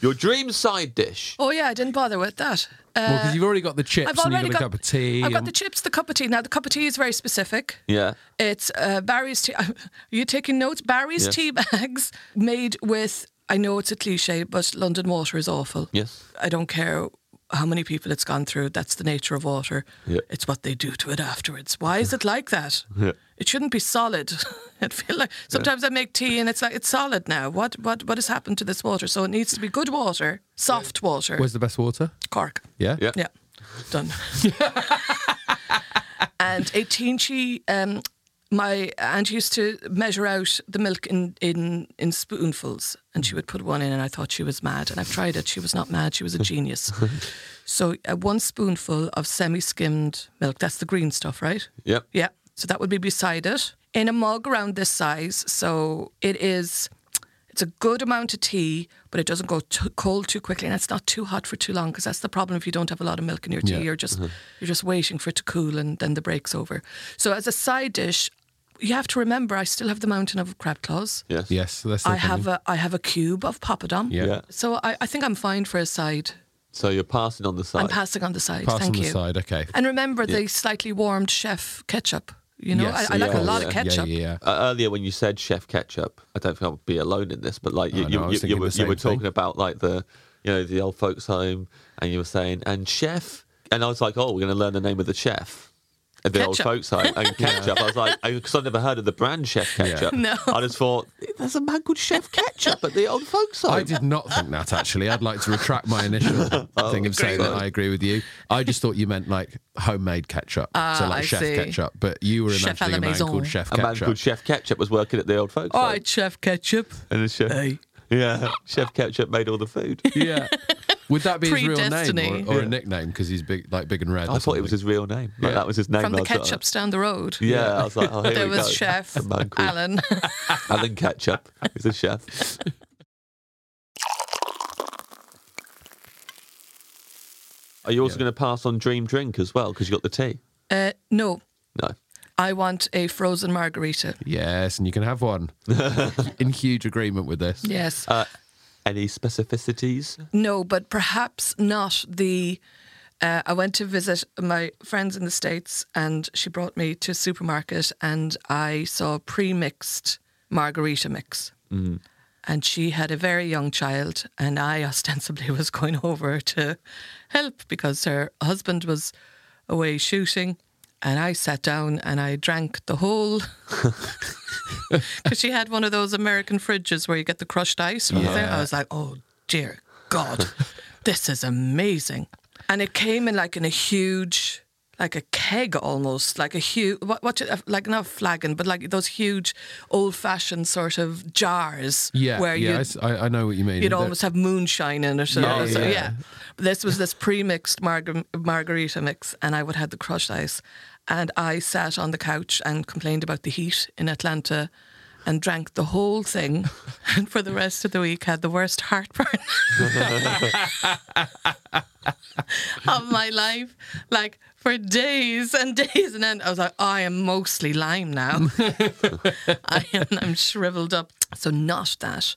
Your dream side dish.
oh, yeah, I didn't bother with that. Uh,
well, because you've already got the chips
I've
and you've
already
got, a cup of tea.
I've got
and-
the chips, the cup of tea. Now, the cup of tea is very specific.
Yeah.
It's uh, Barry's tea. Are you taking notes? Barry's
Yes.
tea bags made with, I know it's a cliche, but London water is awful.
Yes.
I don't care how many people it's gone through. That's the nature of water.
Yeah.
It's what they do to it afterwards. Why is it like that?
Yeah.
It shouldn't be solid. I feel like sometimes I make tea and it's like it's solid now. What what what has happened to this water? So it needs to be good water, soft water.
Where's the best water?
Cork.
Yeah.
Yeah.
Yeah, done. and 18, she, um, my aunt used to measure out the milk in, in, in spoonfuls, and she would put one in, and I thought she was mad. And I've tried it. She was not mad, she was a genius. so, uh, one spoonful of semi skimmed milk, that's the green stuff, right?
Yep.
Yeah. So that would be beside it in a mug around this size. So it is, it's a good amount of tea, but it doesn't go too cold too quickly, and it's not too hot for too long because that's the problem if you don't have a lot of milk in your tea.
Yeah. uh-huh.
You're just you're just waiting for it to cool, and then the break's over. So as a side dish, you have to remember I still have the mountain of crab claws.
Yes.
Yes. That's the
I have
thing.
a I have a cube of poppadom.
Yeah.
Yeah.
So I, I think I'm fine for a side.
So you're passing on the side.
I'm passing on the side.
Pass on
Thank
the
you.
side. Okay.
And remember the slightly warmed chef ketchup. You know,
Yes,
I, I like
yeah.
a lot of
Yeah,
ketchup.
Yeah, yeah.
Uh, earlier, when you said chef ketchup, I don't think I would be alone in this, but like you,
I know,
you,
Oh, I was
you,
thinking
you were,
the
you were
same thing.
talking about like the, you know, the old folks home, and you were saying, and chef, and I was like, oh, we're going to learn the name of the chef. At the old
Ketchup.
folks home and ketchup. I was like, because I've never heard of the brand Chef Ketchup.
No.
I just thought there's a man called Chef Ketchup at the old folks home.
I did not think that actually. I'd like to retract my initial
Oh,
thing of saying that I agree with you. I just thought you meant like homemade ketchup, so like
Ah, I
chef
see.
ketchup. But you were
Chef à
imagining
la
a man
maison.
called Chef
A man
Ketchup.
called Chef Ketchup was working at the old folks
All
home.
right, Chef Ketchup.
And the chef,
Oh, Hey.
yeah, Chef Ketchup made all the food.
yeah. Would that be his real
Predestiny.
name or, or a nickname because he's big, like big and red?
I
or
thought it was
something?
his real name. Like,
Yeah.
That was his name.
From
I
the
was like,
uh,
ketchups down the road.
Yeah, I was like, oh, here
There
we
was
go.
Chef
A man called
Alan.
Alan Ketchup. He's a chef. Are you also going to pass on Dream Drink as well because you got the tea?
Uh, no,
No.
I want a frozen margarita.
Yes, and you can have one. In huge agreement with this.
Yes.
Any specificities?
No, but perhaps not the. Uh, I went to visit my friends in the States and she brought me to a supermarket and I saw pre mixed margarita mix. And she had a very young child, and I ostensibly was going over to help because her husband was away shooting. And I sat down and I drank the whole. Because she had one of those American fridges where you get the crushed ice. wasn't there? I was like, oh dear God, this is amazing. And it came in like in a huge, like a keg almost, like a huge, what, what, you- like not a flagon, but like those huge old fashioned sort of jars
Yeah,
where
yeah, I
you
s- I, I know what you mean.
you'd
They're-
almost have moonshine in it.
Yeah,
Yeah, so,
yeah.
yeah. This was this pre-mixed margar- margarita mix, and I would have the crushed ice. And I sat on the couch and complained about the heat in Atlanta, and drank the whole thing, and for the rest of the week had the worst heartburn of my life, like for days and days and then I was like, I am mostly lime now. I am I'm shriveled up. So not that,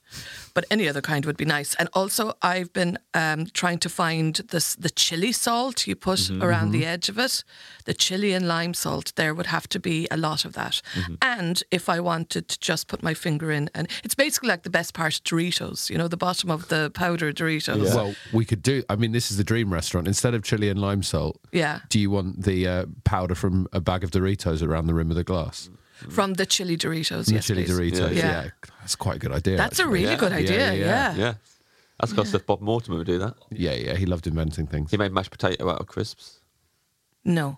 but any other kind would be nice. And also, I've been um, trying to find this the chili salt you put
Mm-hmm,
around the edge of it, the chili and lime salt. There would have to be a lot of that.
Mm-hmm.
And if I wanted to just put my finger in, and it's basically like the best part of Doritos, you know, the bottom of the powder Doritos. Yeah.
Well, we could do. I mean, this is the dream restaurant. Instead of chili and lime salt, do you want the uh, powder from a bag of Doritos around the rim of the glass?
From the chili Doritos.
The
yes,
chili
please.
Doritos. Yeah.
Yeah.
that's quite a good idea.
That's a
actually.
really
Yeah.
good
Yeah,
idea.
yeah,
Yeah,
yeah.
Yeah. That's got stuff Bob Mortimer would do that.
yeah, yeah. He loved inventing things.
He made mashed potato out of crisps.
No.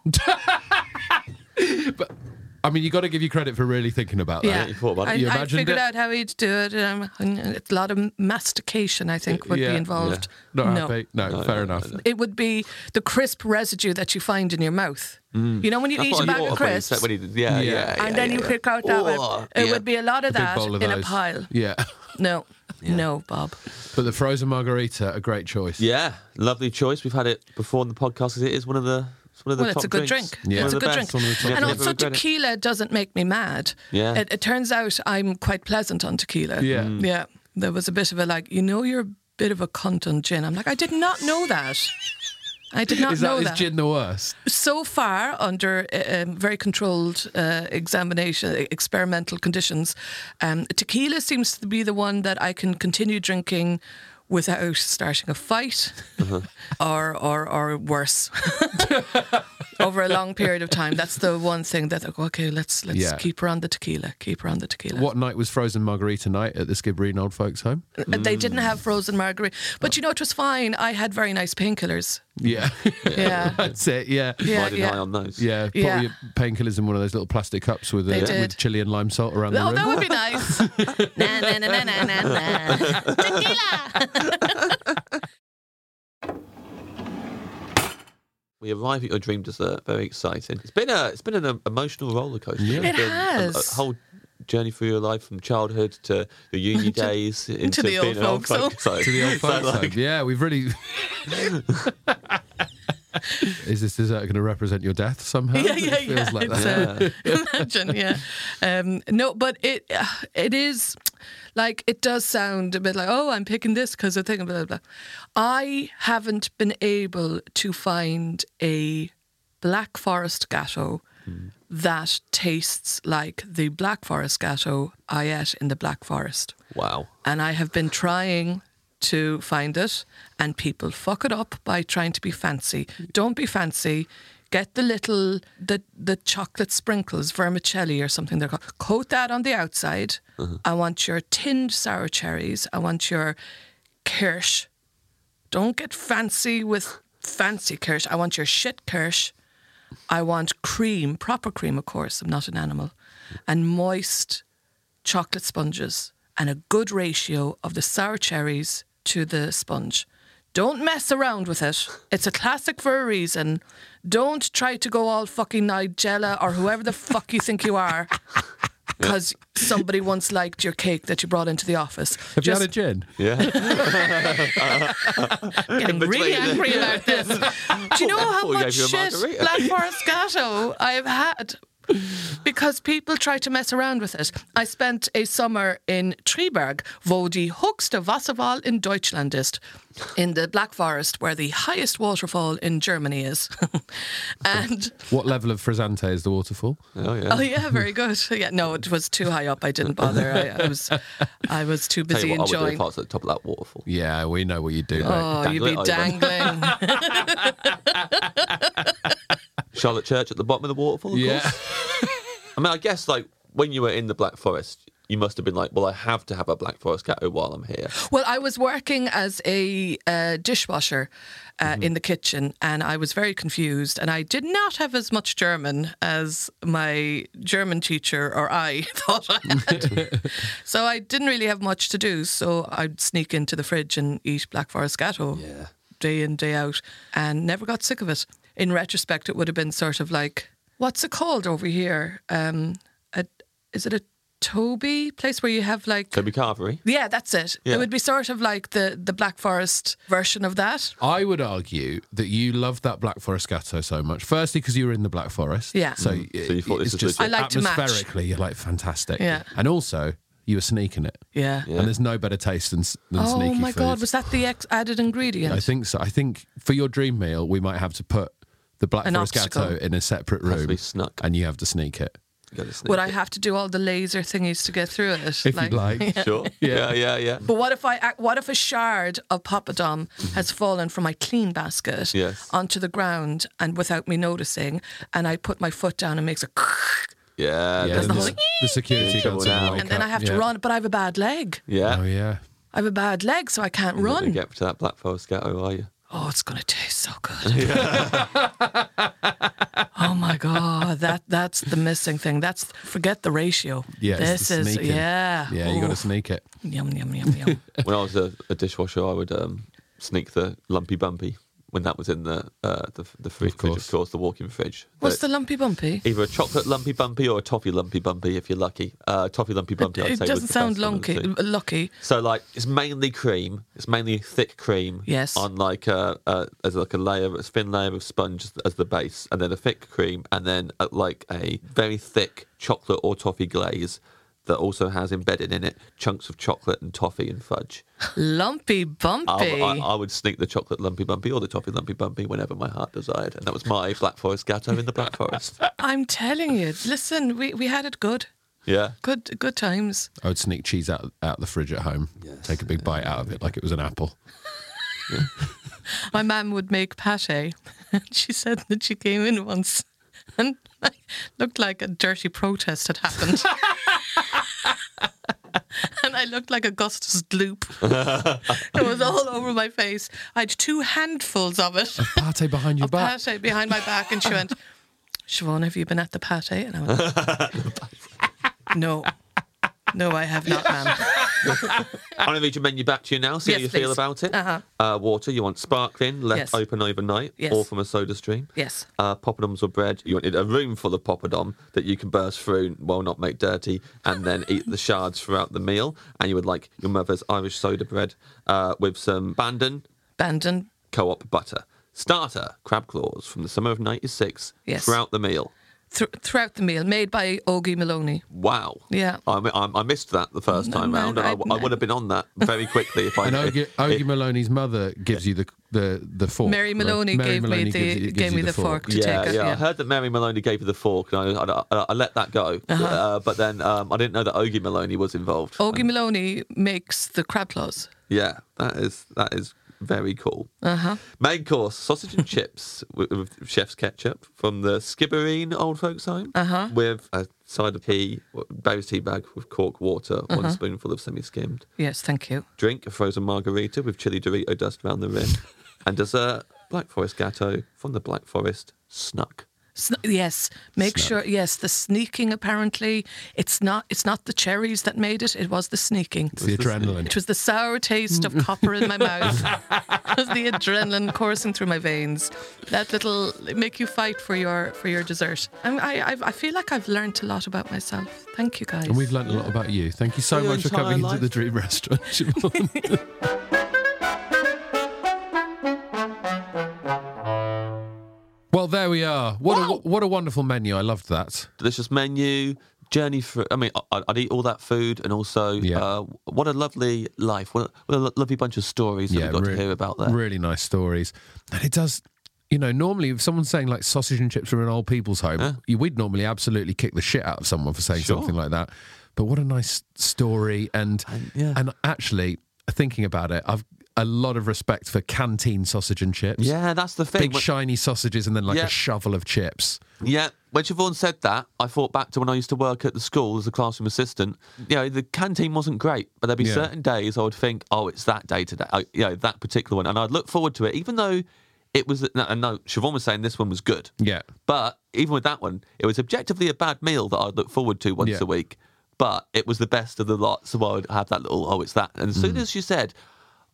I mean, you got to give you credit for really thinking about that.
Yeah.
you thought about it.
I,
You
I
imagined
figured
it?
out how he'd do it. Um, it's a lot of mastication, I think, would
Yeah.
be involved.
Not
no.
happy. No, fair enough.
It would be the crisp residue that you find in your mouth. You know, when you
That's
eat
what he
a bag
thought
of
when he said-
crisps.
When he did, yeah,
Yeah.
yeah.
and then you pick out that.
Oh,
one. it
yeah.
would be a lot of
big
that
bowl of
in a
those.
pile.
Yeah,
No, no, Bob.
but the frozen margarita, a great choice.
Yeah, lovely choice. We've had it before in the podcast. 'cause It is one of the it's one of the
well,
top
it's a good
drinks.
drink.
One
Yeah.
of
It's a
the
good
best.
One of the
drink.
top
And
drinks.
also,
Never regret it.
tequila doesn't make me mad.
Yeah.
It, it turns out I'm quite pleasant on tequila.
Yeah. Mm.
Yeah. There was a bit of a like, you know, you're a bit of a cunt on gin. I'm like, I did not know that. I did not
Is
know
that is
that.
gin the worst?
So far, under uh, um, very controlled uh, examination, experimental conditions, um, tequila seems to be the one that I can continue drinking without starting a fight,
Uh-huh.
or, or or worse, over a long period of time. That's the one thing that like, okay, let's let's
Yeah.
keep her on the tequila, keep her on the tequila.
What night was frozen margarita night at the Skibbereen old folks' home?
They didn't have frozen margarita,
Oh.
but you know it was fine. I had very nice painkillers.
Yeah,
Yeah.
that's it. Yeah.
Yeah,
Riding
yeah.
high on those.
Yeah, put
Yeah.
your painkillers in one of those little plastic cups with,
They
uh,
did.
with chili and lime salt around
Oh,
the
that
rim.
would be nice. na, na, na, na, na, na, na. Tequila.
We arrive at your dream dessert. Very exciting. It's been a it's been an um, emotional roller coaster.
Yeah.
It's
It
been a- A,
has.
whole journey through your life from childhood to your uni days into
the old
being an old
folks' home.
folks' home.
to the old
So,
folks. home.
like,
yeah, we've really. Is this dessert going to represent your death somehow?
yeah, yeah,
it feels
yeah.
like
It's,
that.
uh, imagine, yeah. Um, no, but it uh, it is like it does sound a bit like oh, I'm picking this because I think blah blah. blah. I haven't been able to find a black forest gatto
Hmm.
that tastes like the black forest gatto I ate in the black forest
Wow.
and I have been trying to find it, and people fuck it up by trying to be fancy. Don't be fancy. Get the little the the chocolate sprinkles, vermicelli or something they're called. Coat that on the outside. I want your tinned sour cherries. I want your kirsch. Don't get fancy with fancy kirsch. I want your shit kirsch. I want cream, proper cream, of course. I'm not an animal. And moist chocolate sponges and a good ratio of the sour cherries to the sponge. Don't mess around with it. It's a classic for a reason. Don't try to go all fucking Nigella or whoever the fuck you think you are because somebody once liked your cake that you brought into the office.
Have you had a gin?
getting really
between.
angry about this. Do you know
I
how
thought you
much
gave you a
shit
margarita.
Black Forest Gatto I have had? Because people try to mess around with it. I spent a summer in Triberg, wo die höchste Wasserfall in Deutschland ist, in the Black Forest, where the highest waterfall in Germany is. and
What level of frizzante is the waterfall?
Oh, yeah.
oh yeah, very good. Yeah, no, it was too high up. I didn't bother. I, I was, I was too
Tell
busy
you what, I would do
enjoying.
if I was at the top of that waterfall.
Yeah, we know what you do. mate.
Oh, you'd be
Dangling
dangling.
Charlotte Church at the bottom of the waterfall, of
yeah.
course. I mean, I guess like when you were in the Black Forest, you must have been like, well, I have to have a Black Forest ghetto while I'm here.
Well, I was working as a uh, dishwasher uh, in the kitchen, and I was very confused. And I did not have as much German as my German teacher or I thought I had. so I didn't really have much to do. So I'd sneak into the fridge and eat Black Forest Gatto day in, day out, and never got sick of it. In retrospect, it would have been sort of like, what's it called over here? Um, a, is it a Toby place where you have like
Toby Carvery.
yeah, that's it.
Yeah.
It would be sort of like the the Black Forest version of that.
I would argue that you loved that Black Forest Gatto so much. Firstly, because you were in the Black Forest.
Yeah.
So,
So you thought
it's
this was
just
legit.
I like to match.
atmospherically, you're like fantastic.
Yeah.
And also, you were sneaking it.
Yeah.
And there's no better taste than, s- than
Oh
sneaky
my
food.
God, was that the ex- added ingredient?
I think so. I think for your dream meal, we might have to put the Black
An
Forest Gatto
obstacle.
in a separate
Has to
room,
be snuck.
and you have to sneak it
Gotta sneak
would I
it.
have to do all the laser thingies to get through it?
if you'd like.
Sure. yeah, yeah, yeah.
But what if I ac- what if a shard of papadom has fallen from my clean basket
Yes.
onto the ground and without me noticing, and I put my foot down and makes a
Yeah.
Yeah,
that's-
then
the whole-
the security
Trouble
guards will
now.
wake
and then
up.
I have
Yeah.
to run, but I have a bad leg.
yeah.
Oh yeah.
I have a bad leg, so I can't
You're not gonna
run.
get to that Black Forest ghetto, are you?
oh, it's going to taste so good. oh my god, that that's the missing thing. That's forget the ratio.
Yeah, it's
this
the
is
sneaking.
yeah.
Yeah, you got to
Ooh.
sneak it.
Yum yum yum yum.
when I was a, a dishwasher, I would um, sneak the lumpy bumpy when that was in the uh, the, the fridge, of course.
course.
the walk-in fridge.
What's
But
the lumpy bumpy?
Either a chocolate lumpy bumpy or a toffee lumpy bumpy, if you're lucky. Uh, toffee lumpy bumpy. I'd
It
say was
doesn't
the
sound
best one of the two.
lucky. Lucky.
So like it's mainly cream. It's mainly thick cream.
Yes.
On like a, a as like a layer, a thin layer of sponge as- as the base, and then a thick cream, and then uh like a very thick chocolate or toffee glaze that also has embedded in it chunks of chocolate and toffee and fudge.
Lumpy bumpy.
I, I, I would sneak the chocolate lumpy bumpy or the toffee lumpy bumpy whenever my heart desired, and that was my Black Forest gatto in the Black Forest.
I'm telling you. Listen, we, we had it good.
Yeah.
Good good times.
I would sneak cheese out out the fridge at home. Take a big bite out of it like it was an apple.
My mum would make pate. And she said that she came in once and like, looked like a dirty protest had happened. and I looked like Augustus Gloop. it was all over my face. I had two handfuls of it.
Pate behind your back.
Pate behind my back. And she went, Siobhan, have you been at the pate? And I went, No. No, I have not, ma'am.
I'm going to read your menu back to you now, see how
Yes,
you feel
please.
about it.
Uh-huh.
Uh, water, you want sparkling, left
Yes.
open overnight,
Yes.
or from a soda stream.
Yes.
Uh, poppadoms or bread, you wanted a room full of poppadom that you can burst through while not make dirty, and then eat the shards throughout the meal. And you would like your mother's Irish soda bread uh, with some bandon,
Bandon.
co op butter. Starter, crab claws from the summer of 96
Yes.
throughout the meal.
Th- throughout the meal, made by Ogie Maloney.
Wow.
Yeah.
I, mi- I, I missed that the first time
no,
round, and I, w-
I-
I would have been on that very quickly if I
And Ogie,
if-
Ogie Maloney's mother gives you the the the fork.
Mary
right?
Maloney gave me the-
gives you-
gave
gives you
me the fork. to
yeah,
take it,
yeah, I
yeah.
heard that Mary Maloney gave you the fork, and I, I, I, I let that go.
Uh-huh.
uh but then um, I didn't know that Ogie Maloney was involved.
Ogie Maloney makes the crab claws.
Yeah, that is that is very cool. Uh-huh. Main course: sausage and chips with, with chef's ketchup from the Skibbereen old folks' home. Uh-huh. With a side of tea, Barry's tea bag with cork water, one spoonful of semi-skimmed.
Yes, thank you.
drink a frozen margarita with chili Dorito dust around the rim, and dessert Black Forest Gatto from the Black Forest snuck.
Sn- yes, make sure. Yes, the sneaking. Apparently, it's not. It's not the cherries that made it. It was the sneaking.
It's the adrenaline.
It was the sour taste of copper in my mouth, It was the adrenaline coursing through my veins. That little make you fight for your for your dessert. I'm, I I've, I feel like I've learned a lot about myself. Thank you guys.
And we've learned a lot about you. Thank you so
For your
much for
entire
coming into
life.
the Dream Restaurant, Siobhan. well, there we are. What a, what a wonderful menu. I loved that.
delicious menu, journey through. I mean, I- I'd, I'd eat all that food, and also,
Yeah.
uh, what a lovely life. What a, what a lo- lovely bunch of stories that we got
really-
to hear about there.
Really nice stories. And it does, you know, normally if someone's saying like sausage and chips from an old people's home, you, we'd normally absolutely kick the shit out of someone for saying something like that. But what a nice story. And,
yeah.
and actually, thinking about it, I've a lot of respect for canteen sausage and chips.
Yeah, that's the thing.
Big
When-
shiny sausages and then like
Yeah.
a shovel of chips.
Yeah, when Siobhan said that, I thought back to when I used to work at the school as a classroom assistant. You know, the canteen wasn't great, but there'd be
Yeah.
certain days I would think, oh, it's that day today, I, you know, that particular one. And I'd look forward to it, even though it was, no, and no, Siobhan was saying this one was good.
Yeah.
But even with that one, it was objectively a bad meal that I'd look forward to once
Yeah.
a week, but it was the best of the lot. So I would have that little, oh, it's that. And as soon
Mm.
as she said,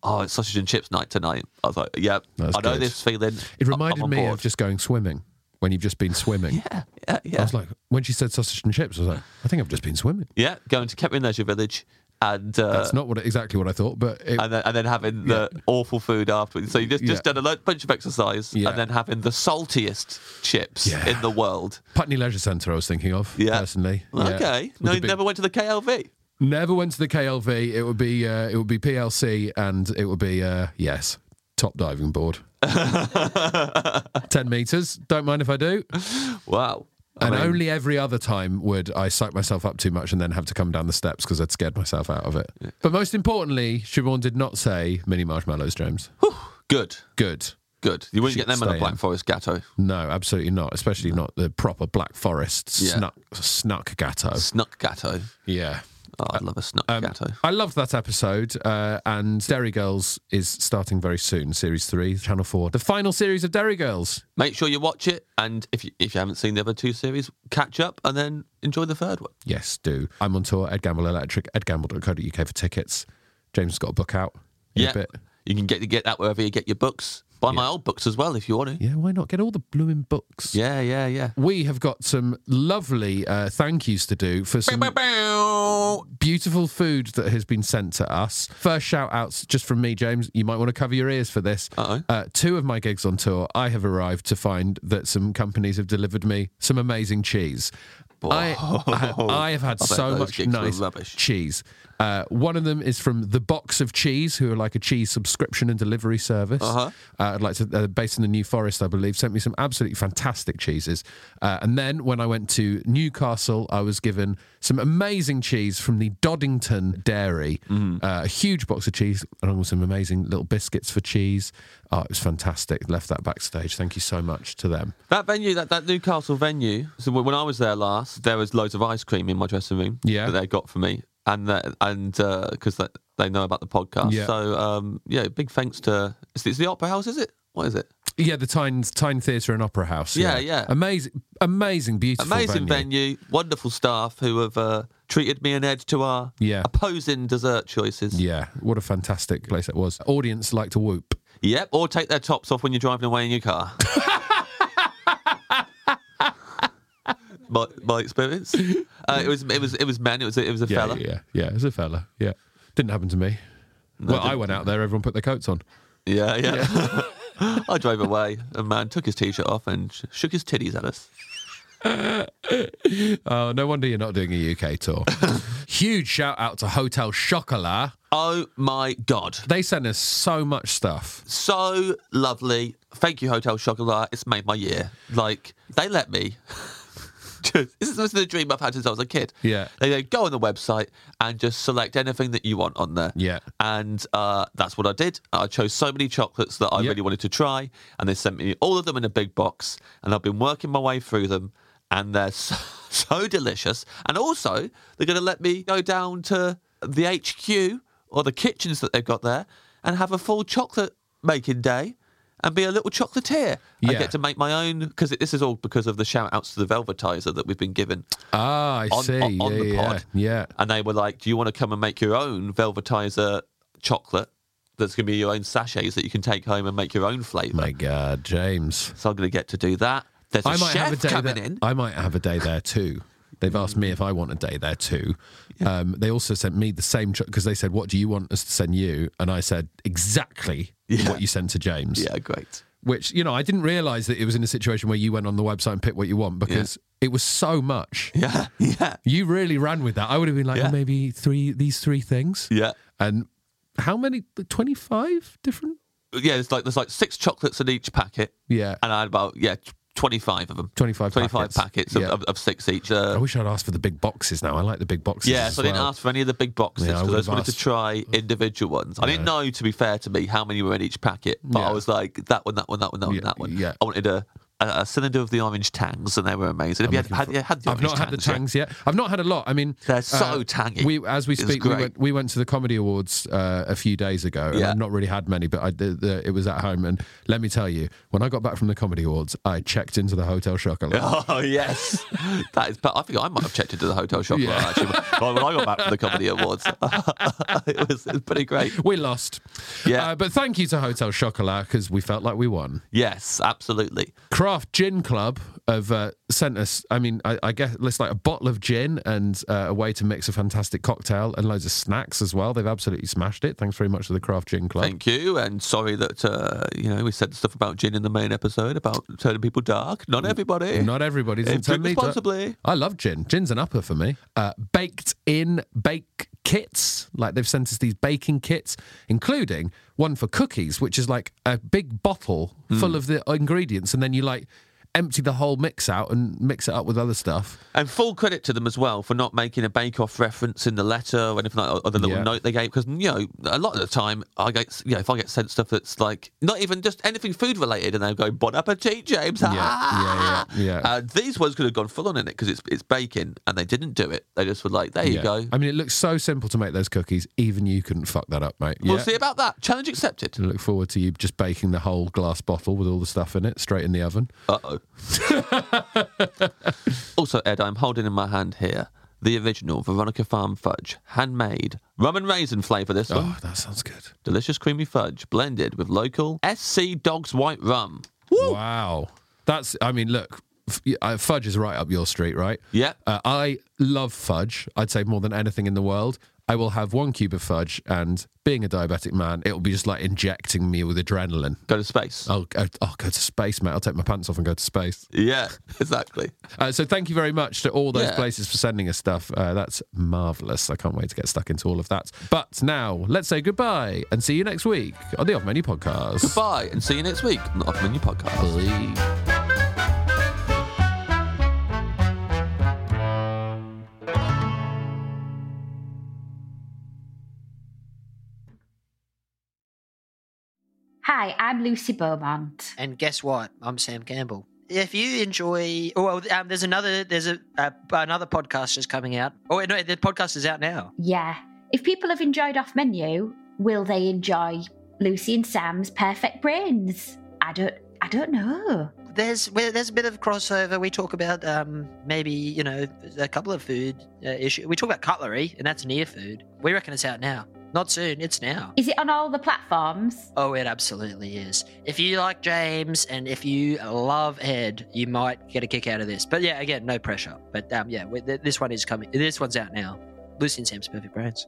oh, it's sausage and chips night tonight, I was like, yeah,
That's
I know
good.
this feeling.
It
I- I'm
reminded
on
me of
board.
just going swimming when you've just been swimming.
Yeah, yeah, yeah.
I was like, when she said sausage and chips, I was like, I think I've just been swimming.
Yeah, going to Kepler Leisure Village and uh,
That's not what exactly what I thought, but it,
and, then, and then having the awful food afterwards. So you just, just
Yeah.
done a lo- bunch of exercise
Yeah.
and then having the saltiest chips
Yeah.
in the world.
Putney Leisure Centre, I was thinking of
Yeah.
personally. Yeah.
Okay.
With
No,
the
you
big-
never went to the KLV.
never went to the KLV. It would be uh, it would be PLC, and it would be uh, yes, top diving board, ten meters. Don't mind if I do.
Wow. I
and
mean,
only every other time would I psych myself up too much and then have to come down the steps because I'd scared myself out of it. But most importantly, Siobhan did not say mini marshmallows, James.
good.
Good.
Good. You wouldn't
Should
get them in
stay
a Black
in.
Forest Gatto.
No, absolutely not. Especially not the proper Black Forest
Yeah.
snuck snuck gatto.
Snuck Gatto.
Yeah.
Oh,
Uh,
I'd love a snuck
um,
Gatto.
I loved that episode, uh, and Dairy Girls is starting very soon, Series 3, Channel 4. The final series of Dairy Girls.
Make sure you watch it, and if you, if you haven't seen the other two series, catch up and then enjoy the third one.
Yes, do. I'm on tour, Ed Gamble Electric, edgamble.co.uk for tickets. James has got a book out in a
Yeah,
bit.
you can get get that wherever you get your books. Buy my old books as well if you want to.
Yeah, why not? Get all the blooming books.
Yeah, yeah, yeah.
We have got some lovely uh, thank yous to do for some beautiful food that has been sent to us. First shout outs just from me, James. You might want to cover your ears for this.
Uh-oh.
Uh, two of my gigs on tour, I have arrived to find that some companies have delivered me some amazing cheese. I, I, I have had
I bet
so
those
much
gigs were
nice
rubbish.
cheese. Uh, one of them is from the Box of Cheese, who are like a cheese subscription and delivery service. Uh-huh. I'd like to, uh, based in the New Forest, I believe, sent me some absolutely fantastic cheeses. Uh, and then when I went to Newcastle, I was given some amazing cheese from the Doddington Dairy,
Mm-hmm.
uh, a huge box of cheese, along with some amazing little biscuits for cheese. Oh, it was fantastic. Left that backstage. Thank you so much to them.
That venue, that, that Newcastle venue. So when when I was there last, there was loads of ice cream in my dressing room.
Yeah.
that they got for me, and that, and because that they know about the podcast.
Yeah.
So um, yeah, big thanks to it's, it's the Opera House, is it? What is it?
Yeah, the Tyne, Tyne Theatre and Opera House.
Yeah, yeah.
Amazing, amazing, beautiful
Amazing venue. wonderful staff who have uh, treated me and Ed to our
Yeah.
opposing dessert choices.
Yeah, what a fantastic place it was. Audience like to whoop.
Yep, or take their tops off when you're driving away in your car. my, my experience. Uh, it was it was it was men. It was a, it was a
Yeah,
fella.
yeah, yeah. It was a fella. Yeah, didn't happen to me. well, I went out there. Everyone put their coats on.
Yeah, yeah. I drove away. A man took his t-shirt off and sh- shook his titties at us.
Oh, no wonder you're not doing a UK tour. Huge shout out to Hotel Chocolat.
Oh my god,
They sent us so much stuff.
so lovely. Thank you, Hotel Chocolat. It's made my year. Like they let me. Just, this is this is the dream I've had since I was a kid.
Yeah.
They go, go on the website and just select anything that you want on there.
Yeah.
And uh, that's what I did. I chose so many chocolates that I
Yeah.
really wanted to try, and they sent me all of them in a big box, and I've been working my way through them, and they're so, so delicious. And also, they're going to let me go down to the HQ or the kitchens that they've got there and have a full chocolate making day. and be a little chocolatier. I
Yeah.
get to make my own because this is all because of the shout outs to the Velvetizer that we've been given
Ah, I
on,
see.
on, on
yeah,
the
yeah,
pod.
Yeah. Oh
And they were like, Do you want to come and make your own Velvetizer chocolate that's going to be your own sachets that you can take home and make your own flavour?
My God, James.
So I'm going to get to do that. There's a
I might
chef
have a day
coming
there,
in.
I might have a day there too. They've asked me if I want a day there too. Um, they also sent me the same because they said, "What do you want us to send you?" And I said exactly
Yeah.
what you sent to James.
Yeah, great.
Which you know, I didn't realise that it was in a situation where you went on the website and picked what you want because it was so much.
Yeah, yeah,
You really ran with that. I would have been like
Yeah.
maybe three these three things.
yeah.
And how many? Twenty five different.
Yeah, there's like there's like six chocolates in each packet,
Yeah.
and I had about yeah twenty five of them.
25
packets,
packets.
of,
Yeah.
of, of six each.
I
Uh,
wish I'd asked for the big boxes now. I like the big boxes.
yeah,
as
so I didn't
well.
ask for any of the big boxes
Yeah, I
because I
would've
just wanted to
asked- Mm.
try individual ones. I didn't know, to be fair to me, how many were in each packet, but
Yeah.
I was like that one, that one, that one, that one,
Yeah,
that one.
yeah.
I wanted a, a a cylinder of the orange tangs, and they were amazing. Have you had, had, yeah, had the
I've
orange
not had the
tangs yet?
tangs yet. I've not had a lot. I mean, uh,
They're so tangy.
We, as we
It's
speak, we
great.
went, we went to the comedy awards uh, a few days ago, and
Yeah.
I've not really had many, but I did, the, it was at home. And let me tell you, when I got back from the comedy awards, I checked into the hotel chocolate.
Oh yes, that is. But I think I might have checked into the hotel shop
Yeah.
actually when when I got back from the comedy awards. it, was, it was pretty great.
We lost.
Yeah.
Uh, but thank you to Hotel Chocolat because we felt like we won.
Yes, absolutely.
Craft Gin Club have uh, sent us, I mean, I, I guess it's like a bottle of gin and uh, a way to mix a fantastic cocktail and loads of snacks as well. They've absolutely smashed it. Thanks very much to the Craft Gin Club.
Thank you, and sorry that uh, you know we said stuff about gin in the main episode about turning people dark. Not everybody.
Not everybody doesn't
Eh,
turn
drink
me to-
responsibly.
uh, I love gin. Gin's an upper for me. Uh, baked in bake kits, like they've sent us these baking kits, including one for cookies, which is like a big bottle
Hmm.
full of the ingredients, and then you like empty the whole mix out and mix it up with other stuff.
And full credit to them as well for not making a Bake Off reference in the letter or anything like or the little
Yeah.
note they gave. Because you know, a lot of the time, I get you know, if I get sent stuff that's like not even just anything food related, and they go "Bon appetit, James."
yeah,
Ah!
yeah, yeah.
Uh, these ones could have gone full on in it because it's it's baking, and they didn't do it. They just were like, "There you
Yeah.
go."
I mean, it looks so simple to make those cookies. Even you couldn't fuck that up, mate.
We'll
Yeah.
see about that. Challenge accepted.
I look forward to you just baking the whole glass bottle with all the stuff in it straight in the oven.
Uh oh. also, Ed, I'm holding in my hand here the original Veronica Farm fudge, handmade, rum and raisin flavour. This one.
Oh, that sounds good.
Delicious creamy fudge blended with local SC Dogs White Rum.
Wow. That's, I mean, look, f- uh, fudge is right up your street, right?
Yeah.
Uh, I love fudge. I'd say more than anything in the world. I will have one cube of fudge, and being a diabetic man, it will be just like injecting me with adrenaline.
Go to space.
I'll, I'll, I'll go to space, mate. I'll take my pants off and go to space.
Yeah, exactly.
Uh, so, thank you very much to all those
Yeah.
places for sending us stuff. Uh, that's marvelous. I can't wait to get stuck into all of that. But now, let's say goodbye and see you next week on the Off Menu Podcast.
Goodbye and see you next week on the Off Menu Podcast.
Bye.
Hi, I'm Lucy Beaumont.
And guess what? I'm Sam Campbell. If you enjoy, oh, well, um, there's another there's a, uh, another podcast just coming out. Oh no, the podcast is out now.
Yeah. If people have enjoyed Off Menu, will they enjoy Lucy and Sam's Perfect Brains? I don't I don't know.
There's well, there's a bit of crossover. We talk about um, maybe you know a couple of food uh, issues. We talk about cutlery, and that's near food. We reckon it's out now. Not soon. It's now.
Is it on all the platforms?
Oh, it absolutely is. If you like James and if you love Ed, you might get a kick out of this. But yeah, again, no pressure. But um, yeah, we- th- this one is coming. This one's out now. Lucy and Sam's Perfect Brains.